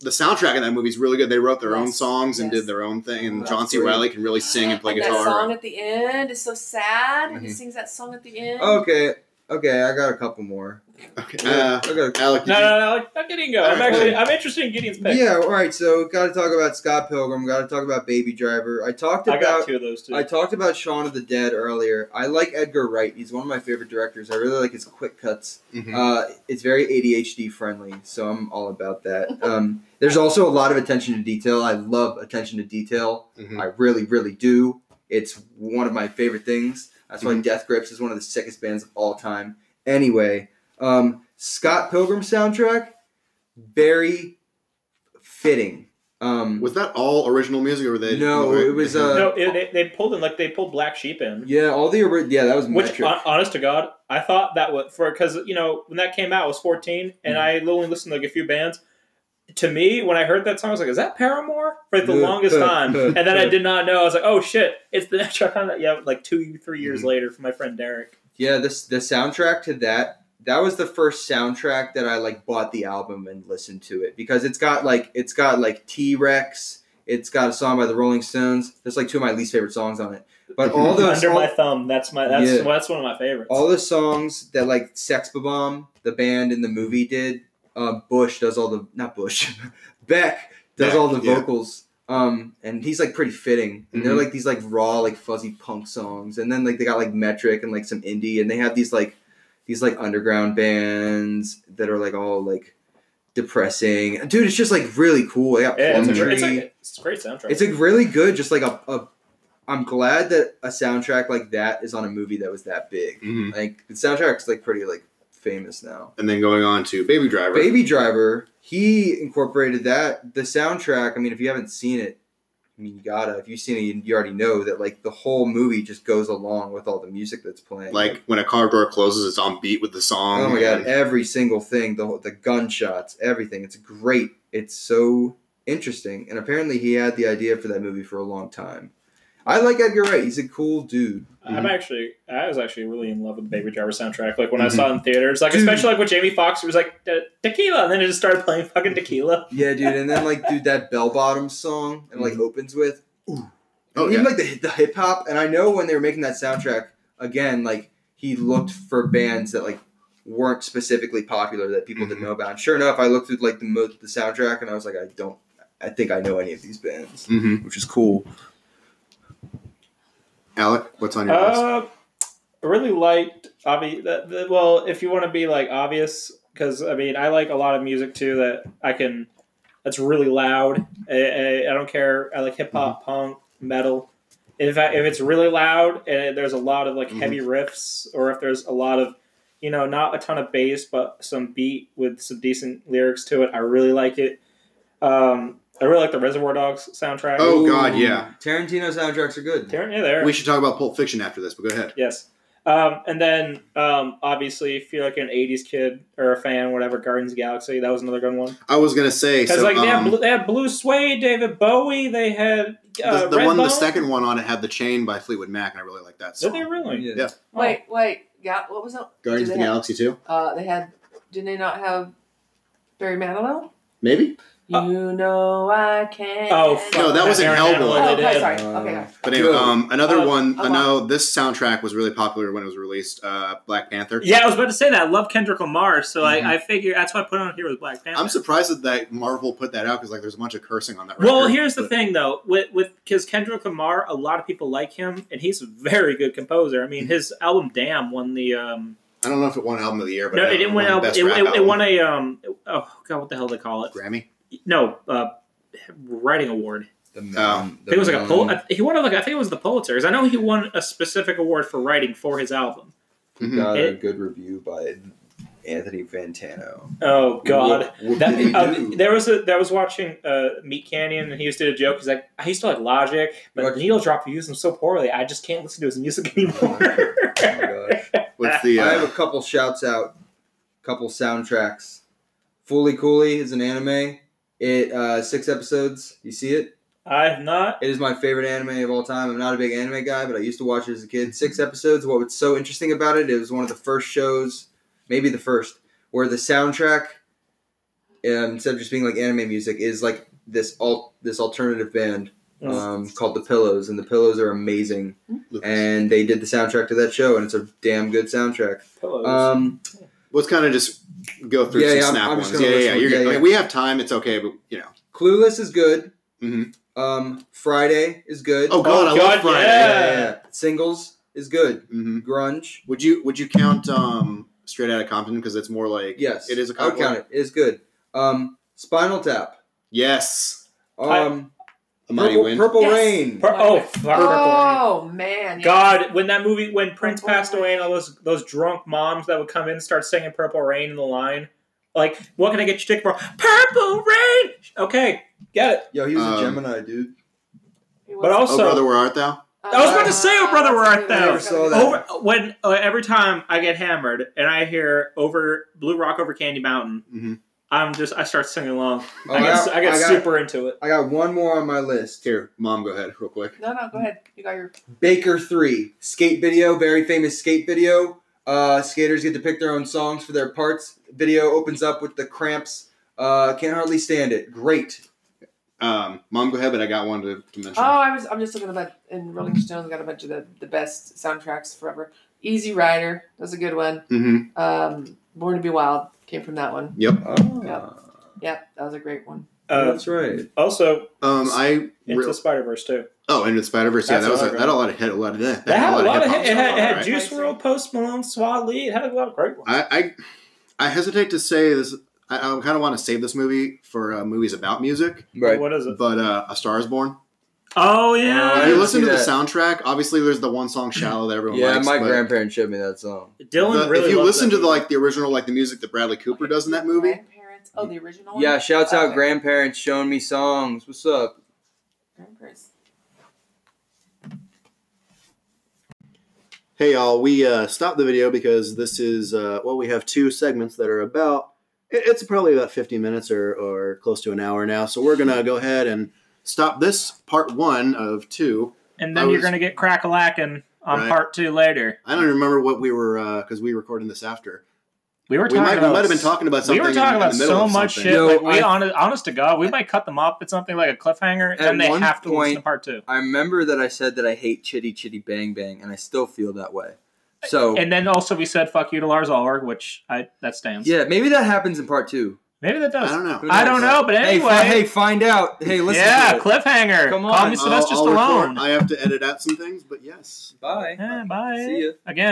Speaker 1: the soundtrack in that movie is really good. They wrote their own
Speaker 4: Yes.
Speaker 1: songs and
Speaker 4: Yes.
Speaker 1: did their own thing. And
Speaker 3: Oh, That's
Speaker 1: John C.
Speaker 3: great.
Speaker 1: Riley can really sing and play
Speaker 4: And
Speaker 1: guitar. Mm-hmm.
Speaker 4: That song at the end is so sad when he
Speaker 3: Mhm.
Speaker 4: sings that song at the end.
Speaker 1: Oh,
Speaker 3: Okay, okay, I got a couple more.
Speaker 1: okay.
Speaker 3: Yeah,
Speaker 1: Uh,
Speaker 3: I got a-
Speaker 1: Alec, did
Speaker 5: No,
Speaker 1: you-
Speaker 5: no, no, like, not Gideon go. I'm
Speaker 1: Alright,
Speaker 5: actually,
Speaker 1: cool.
Speaker 5: I'm interested in Gideon's pick.
Speaker 3: yeah, all right. So, got to talk about Scott Pilgrim. Got to talk about Baby Driver. I talked
Speaker 5: I got
Speaker 3: about
Speaker 5: two of those too.
Speaker 3: I talked about Shaun of the Dead earlier. I like Edgar Wright. He's one of my favorite directors. I really like his quick cuts.
Speaker 1: Mhm.
Speaker 3: Uh, it's very ADHD friendly, so I'm all about that. Um, there's also a lot of attention to detail. I love attention to detail.
Speaker 1: Mhm.
Speaker 3: I really, really do. It's one of my favorite things. That's
Speaker 5: Hmm.
Speaker 3: why Death Grips is one of the sickest bands of all time. Anyway, um, Scott Pilgrim soundtrack, very fitting. Um,
Speaker 1: was that all original music or were they?
Speaker 3: No,
Speaker 1: were-
Speaker 3: it was, uh,
Speaker 5: no, it, they, they pulled in like they pulled Black Sheep in,
Speaker 3: yeah, all the ori- yeah, that was
Speaker 5: which,
Speaker 3: metric.
Speaker 5: hon- honest to God, I thought that was for because you know when that came out, I was 14, and
Speaker 3: Mhm.
Speaker 5: I only listened to like a few bands. To me, when I heard that song, I was like, "Is that Paramore?" For like, the longest time, and then I did not know. I was like, "Oh shit, it's the next track on that." Yeah, like two, three years
Speaker 3: Mm-hmm.
Speaker 1: Mhm.
Speaker 5: later, from my friend Derek.
Speaker 3: Yeah, this the soundtrack to that. That was the first soundtrack that I like bought the album and listened to it because it's got like it's got like T Rex. It's got a song by the Rolling Stones. That's like two of my least favorite songs on it. But all those
Speaker 5: Under
Speaker 3: all,
Speaker 5: my thumb, that's my that's
Speaker 3: Yeah.
Speaker 5: that's one of my favorites.
Speaker 3: all the songs that like Sex Bomb, the band in the movie did. Uh, Bush does all the not Bush, Beck does
Speaker 1: Beck,
Speaker 3: all the
Speaker 1: yeah.
Speaker 3: vocals. Um, and he's like pretty fitting. And they're
Speaker 6: Mm-hmm.
Speaker 1: Mhm.
Speaker 3: like these like raw like fuzzy punk songs. And then like they got like Metric and like some indie. And they have these like these like underground bands that are like all like depressing. Dude, it's just like really cool. They got
Speaker 6: Yeah, it's a,
Speaker 3: plum
Speaker 6: great, it's,
Speaker 3: tree.
Speaker 6: a, it's a great soundtrack.
Speaker 3: It's like really good. Just like a, a, I'm glad that a soundtrack like that is on a movie that was that big.
Speaker 1: Mhm.
Speaker 3: Like the soundtrack's like pretty like famous now.
Speaker 1: And then going on to Baby Driver.
Speaker 3: Baby Driver, he incorporated that. The soundtrack, I mean, if you haven't seen it, I mean, you gotta. If you've seen it, you- you already know that, like, the whole movie just goes along with all the music that's playing.
Speaker 1: Like um, when a car door closes, it's on beat with the song.
Speaker 3: oh my god,
Speaker 1: and
Speaker 3: every single thing, the, whole- the gunshots, everything. It's great. It's so interesting. And apparently, he had the idea for that movie for a long time. I like Edgar Wright. He's a cool dude.
Speaker 6: I'm
Speaker 1: Mhm.
Speaker 6: actually, I was actually really in love with the Baby Driver soundtrack. Like when I
Speaker 1: Mhm.
Speaker 6: saw it in theaters, like
Speaker 3: Dude.
Speaker 6: especially like when Jamie Foxx was like "Te- tequila, and then it just started playing fucking tequila.
Speaker 3: Yeah, dude. And then, like, dude, that Bell Bottom song, and, like, opens with.
Speaker 1: Oh,
Speaker 3: even
Speaker 1: yeah.
Speaker 3: like the the hip hop, and I know when they were making that soundtrack again, like he looked for bands that like weren't specifically popular that people didn't know about. And sure enough, I looked through like the mo- the soundtrack, and I was like, I don't, I think I know any of these bands,
Speaker 1: Mhm.
Speaker 3: Mm-hmm. which is cool.
Speaker 1: Alec, what's on your list?
Speaker 6: Uh, I really liked obvi- the, the, Well, if you want to be like obvious, because I mean, I like a lot of music too that I can. That's really loud. I, I, I don't care. I like hip hop,
Speaker 1: Mm-hmm.
Speaker 6: punk, metal. If I, if it's really loud and there's a lot of like
Speaker 1: Mm-hmm.
Speaker 6: heavy riffs, or if there's a lot of you know, not a ton of bass, but some beat with some decent lyrics to it. I really like it. Um, I really like the Reservoir Dogs soundtrack.
Speaker 1: Oh, God, yeah.
Speaker 3: Tarantino soundtracks are good.
Speaker 6: Taryn, yeah,
Speaker 5: Uh,
Speaker 6: there.
Speaker 1: We should talk about Pulp Fiction after this, but go ahead.
Speaker 6: Yes. Um, and then, um, obviously, if you're like an '80s kid or a fan, whatever, Guardians of the Galaxy, that was another good one.
Speaker 1: I was gonna say
Speaker 6: Because
Speaker 1: so,
Speaker 6: like they, had
Speaker 1: um,
Speaker 6: blue, they had Blue Suede, David Bowie, they had uh,
Speaker 1: the, the
Speaker 6: Redbone.
Speaker 1: one, the second one on it had the chain by Fleetwood Mac, and I really like that
Speaker 6: Did
Speaker 1: song.
Speaker 6: they really?
Speaker 3: Yeah.
Speaker 1: Yeah.
Speaker 6: Oh.
Speaker 4: Wait, wait. Yeah, what was it?
Speaker 1: Guardians
Speaker 4: Do
Speaker 1: of the
Speaker 4: they have-
Speaker 1: Galaxy too,
Speaker 4: Uh, they had. Did they not have Barry Manilow?
Speaker 1: maybe.
Speaker 4: You
Speaker 5: Uh,
Speaker 4: know I can.
Speaker 6: Oh, fuck.
Speaker 1: No, that was in
Speaker 6: Aaron
Speaker 1: Hellboy.
Speaker 6: Hannibal,
Speaker 4: Oh,
Speaker 6: they
Speaker 4: okay,
Speaker 6: did.
Speaker 4: sorry.
Speaker 3: Uh,
Speaker 4: Okay.
Speaker 1: But anyway,
Speaker 3: Good.
Speaker 1: um, another
Speaker 6: Uh,
Speaker 1: one.
Speaker 4: oh,
Speaker 1: I know this soundtrack was really popular when it was released. Uh, Black Panther.
Speaker 5: Yeah, I was about to say that. I love Kendrick Lamar, so
Speaker 1: Mhm.
Speaker 5: I, I figure that's why I put it on here with Black Panther.
Speaker 1: I'm surprised that Marvel put that out because like there's a bunch of cursing on that. Record,
Speaker 5: well, here's the
Speaker 1: but-
Speaker 5: thing though, with with because Kendrick Lamar, a lot of people like him, and he's a very good composer. I
Speaker 1: Mm-hmm.
Speaker 5: mean, his album "Damn" won the um,
Speaker 1: I don't know if it won album of the year, but
Speaker 5: no,
Speaker 1: I
Speaker 5: it
Speaker 1: know
Speaker 5: didn't win
Speaker 1: won
Speaker 5: album.
Speaker 1: Best
Speaker 5: It,
Speaker 1: Rap
Speaker 5: it, it
Speaker 1: Album.
Speaker 5: won a um, oh god, what the hell they call it?
Speaker 1: Grammy.
Speaker 5: No, uh, writing award.
Speaker 3: The man-
Speaker 5: I think it was like a
Speaker 6: Mm.
Speaker 3: man-
Speaker 5: Pul- I- He won like I think it was the Pulitzer. 'cause I know he won a specific award for writing for his album.
Speaker 1: Mhm.
Speaker 3: Got a
Speaker 5: It-
Speaker 3: good review by Anthony Fantano.
Speaker 6: Oh God.
Speaker 3: Whoop-
Speaker 6: That,
Speaker 3: whoop-de-doo.
Speaker 6: uh, there was a there was watching uh, Meat Canyon and he used to do a joke. He's like, I used to like Logic, but
Speaker 3: Logic.
Speaker 6: Needle Drop used him so poorly. I just can't listen to his music anymore.
Speaker 3: Oh my gosh.
Speaker 1: What's the?
Speaker 3: I have
Speaker 1: Uh,
Speaker 3: a couple shouts out, couple soundtracks. Fully Cooley is an anime. It uh, six episodes. You see it?
Speaker 6: I've not.
Speaker 3: It is my favorite anime of all time. I'm not a big anime guy, but I used to watch it as a kid. Six episodes. What was so interesting about it? It was one of the first shows, maybe the first, where the soundtrack, um, instead of just being like anime music, is like this alt this alternative band
Speaker 1: Uh,
Speaker 5: Mm.
Speaker 3: um, called the Pillows, and the Pillows are amazing.
Speaker 1: Lucas.
Speaker 3: And they did the soundtrack to that show, and it's a damn good soundtrack.
Speaker 6: Pillows.
Speaker 1: uh,
Speaker 3: Um,
Speaker 1: let's kind of just go through
Speaker 3: Yeah,
Speaker 1: some
Speaker 3: yeah, I'm-
Speaker 1: snap
Speaker 3: I'm just
Speaker 1: ones.
Speaker 3: gonna
Speaker 1: Yeah, yeah,
Speaker 3: list
Speaker 1: yeah.
Speaker 3: one.
Speaker 1: You're
Speaker 3: Yeah,
Speaker 1: good.
Speaker 3: yeah.
Speaker 1: We have time. It's okay, but you know.
Speaker 3: Clueless is good.
Speaker 1: Mhm.
Speaker 3: Um, Friday is good.
Speaker 1: Oh God, I love
Speaker 6: God,
Speaker 1: Friday.
Speaker 6: yeah.
Speaker 3: Singles is good.
Speaker 1: Mhm.
Speaker 3: Grunge.
Speaker 1: Would you Would you count um, Straight Outta Compton because it's more like
Speaker 3: Yes,
Speaker 1: it is a
Speaker 3: I would
Speaker 1: couple.
Speaker 3: count it. It is good. Um, Spinal Tap.
Speaker 1: Yes,
Speaker 3: Um,
Speaker 1: a mighty
Speaker 3: Purple,
Speaker 1: win.
Speaker 3: Purple
Speaker 4: Yes.
Speaker 3: Rain.
Speaker 6: Per- oh, fuck.
Speaker 4: Oh man. yeah.
Speaker 5: God, when that movie, when Prince
Speaker 4: Purple
Speaker 5: passed away, and all those those drunk moms that would come in and start singing "Purple Rain" in the line, like, "What can I get you ticket for?" Purple Rain. Okay, get it.
Speaker 3: Yo, he was
Speaker 1: Um,
Speaker 3: a Gemini dude.
Speaker 4: He
Speaker 5: But
Speaker 4: was-
Speaker 1: oh
Speaker 5: also,
Speaker 1: brother, where art thou?
Speaker 5: I was about to say, Oh, Brother, We're Out
Speaker 3: There. I never saw that.
Speaker 5: over when uh, every time I get hammered and I hear "Over Blue Rock Over Candy Mountain,"
Speaker 1: Mhm.
Speaker 5: I'm just I start singing along.
Speaker 3: Oh,
Speaker 6: I, got, I got
Speaker 3: I got,
Speaker 6: super into it.
Speaker 3: I got one more on my list.
Speaker 1: Here, mom, go ahead, real quick.
Speaker 4: No, no, go ahead. You got your.
Speaker 3: Baker Three skate video, very famous skate video. Uh, skaters get to pick their own songs for their parts. Video opens up with the Cramps. Uh, can't hardly stand it. Great.
Speaker 1: Um, mom, go ahead, but I got one to, to mention.
Speaker 4: Oh,
Speaker 6: Uh,
Speaker 4: I was. I'm just looking at that. And Rolling Stones got a bunch of the, the best soundtracks forever. Easy Rider. That's a good one.
Speaker 1: hmm
Speaker 4: Um, Born to Be Wild came from that one.
Speaker 3: Oh,
Speaker 4: Yep, that was a great one.
Speaker 6: Uh,
Speaker 3: Ah, that's right.
Speaker 6: also,
Speaker 1: Um, I
Speaker 6: into
Speaker 1: re-
Speaker 6: Spider Verse too.
Speaker 1: oh, into Spider Verse. Yeah,
Speaker 6: That's
Speaker 1: that was a,
Speaker 6: another
Speaker 1: that had a lot of hit a lot of that.
Speaker 6: That had a lot of
Speaker 1: hip-hop
Speaker 6: hit. It had,
Speaker 1: songs
Speaker 6: it
Speaker 1: on
Speaker 6: had
Speaker 1: right?
Speaker 6: Juice World, Post Malone, Swat Lee. It had a lot of great ones.
Speaker 1: I, I I hesitate to say this. I, I kind of want to save this movie for uh, movies about music,
Speaker 3: Right.
Speaker 5: What is it?
Speaker 1: but uh, A Star Is Born.
Speaker 7: Oh
Speaker 3: I
Speaker 1: If
Speaker 7: yeah,
Speaker 1: you
Speaker 3: didn't
Speaker 1: listen
Speaker 3: see
Speaker 1: to the
Speaker 3: that.
Speaker 1: soundtrack, obviously there's the one song "Shallow" that everyone
Speaker 3: Yeah,
Speaker 1: likes.
Speaker 3: my
Speaker 1: but
Speaker 3: grandparents showed me that song.
Speaker 1: the-
Speaker 5: Dylan really
Speaker 1: if you
Speaker 5: loves
Speaker 1: listen
Speaker 5: that
Speaker 1: to the, like the original, like the music that Bradley Cooper does in that movie,
Speaker 4: Grandparents. Oh, the original
Speaker 3: Yeah,
Speaker 4: one?
Speaker 3: shouts
Speaker 4: Oh,
Speaker 3: out
Speaker 4: okay.
Speaker 3: grandparents showing me songs. What's up?
Speaker 4: Grandparents.
Speaker 1: Hey y'all, we uh, stopped the video because this is uh, well, we have two segments that are about. it- It's probably about 50 minutes or, or close to an hour now, so we're gonna go ahead and stop this part one of two.
Speaker 5: and
Speaker 1: I
Speaker 5: then you're
Speaker 1: was-
Speaker 5: gonna get crack a lacking on
Speaker 1: Right.
Speaker 5: part two later.
Speaker 1: I don't remember what we were because we recorded this after.
Speaker 5: We were
Speaker 1: We
Speaker 5: talking
Speaker 1: might, we
Speaker 5: about
Speaker 1: might have been talking about
Speaker 5: we
Speaker 1: something.
Speaker 5: were talking
Speaker 1: in, in
Speaker 5: about
Speaker 1: the middle
Speaker 5: so
Speaker 1: of
Speaker 5: much
Speaker 1: something.
Speaker 5: shit.
Speaker 3: No,
Speaker 5: like we
Speaker 3: I-
Speaker 5: honest, honest to God, we might cut them up at something like a cliffhanger,
Speaker 3: At
Speaker 5: and they
Speaker 3: one
Speaker 5: have to listen
Speaker 3: point-
Speaker 5: to part two.
Speaker 3: I remember that I said that I hate Chitty Chitty Bang Bang, and I still feel that way. So
Speaker 5: And then also we said "fuck you" to Lars Ulrich, which I that stands.
Speaker 3: yeah, maybe that happens in part two.
Speaker 5: Maybe that
Speaker 1: I
Speaker 5: does.
Speaker 1: don't know.
Speaker 3: Who
Speaker 5: I don't
Speaker 3: knows?
Speaker 5: know, but
Speaker 3: Hey,
Speaker 5: anyway,
Speaker 3: fi- hey, find out. Hey, listen.
Speaker 5: yeah,
Speaker 3: to it.
Speaker 5: cliffhanger.
Speaker 3: Come
Speaker 5: Call
Speaker 3: on.
Speaker 5: me
Speaker 3: I'll-
Speaker 1: I'll-
Speaker 5: Sylvester
Speaker 1: I'll record.
Speaker 5: Stallone.
Speaker 1: I have to edit out some things, but yes.
Speaker 3: Bye.
Speaker 5: Yeah, bye.
Speaker 3: See ya.
Speaker 5: Again.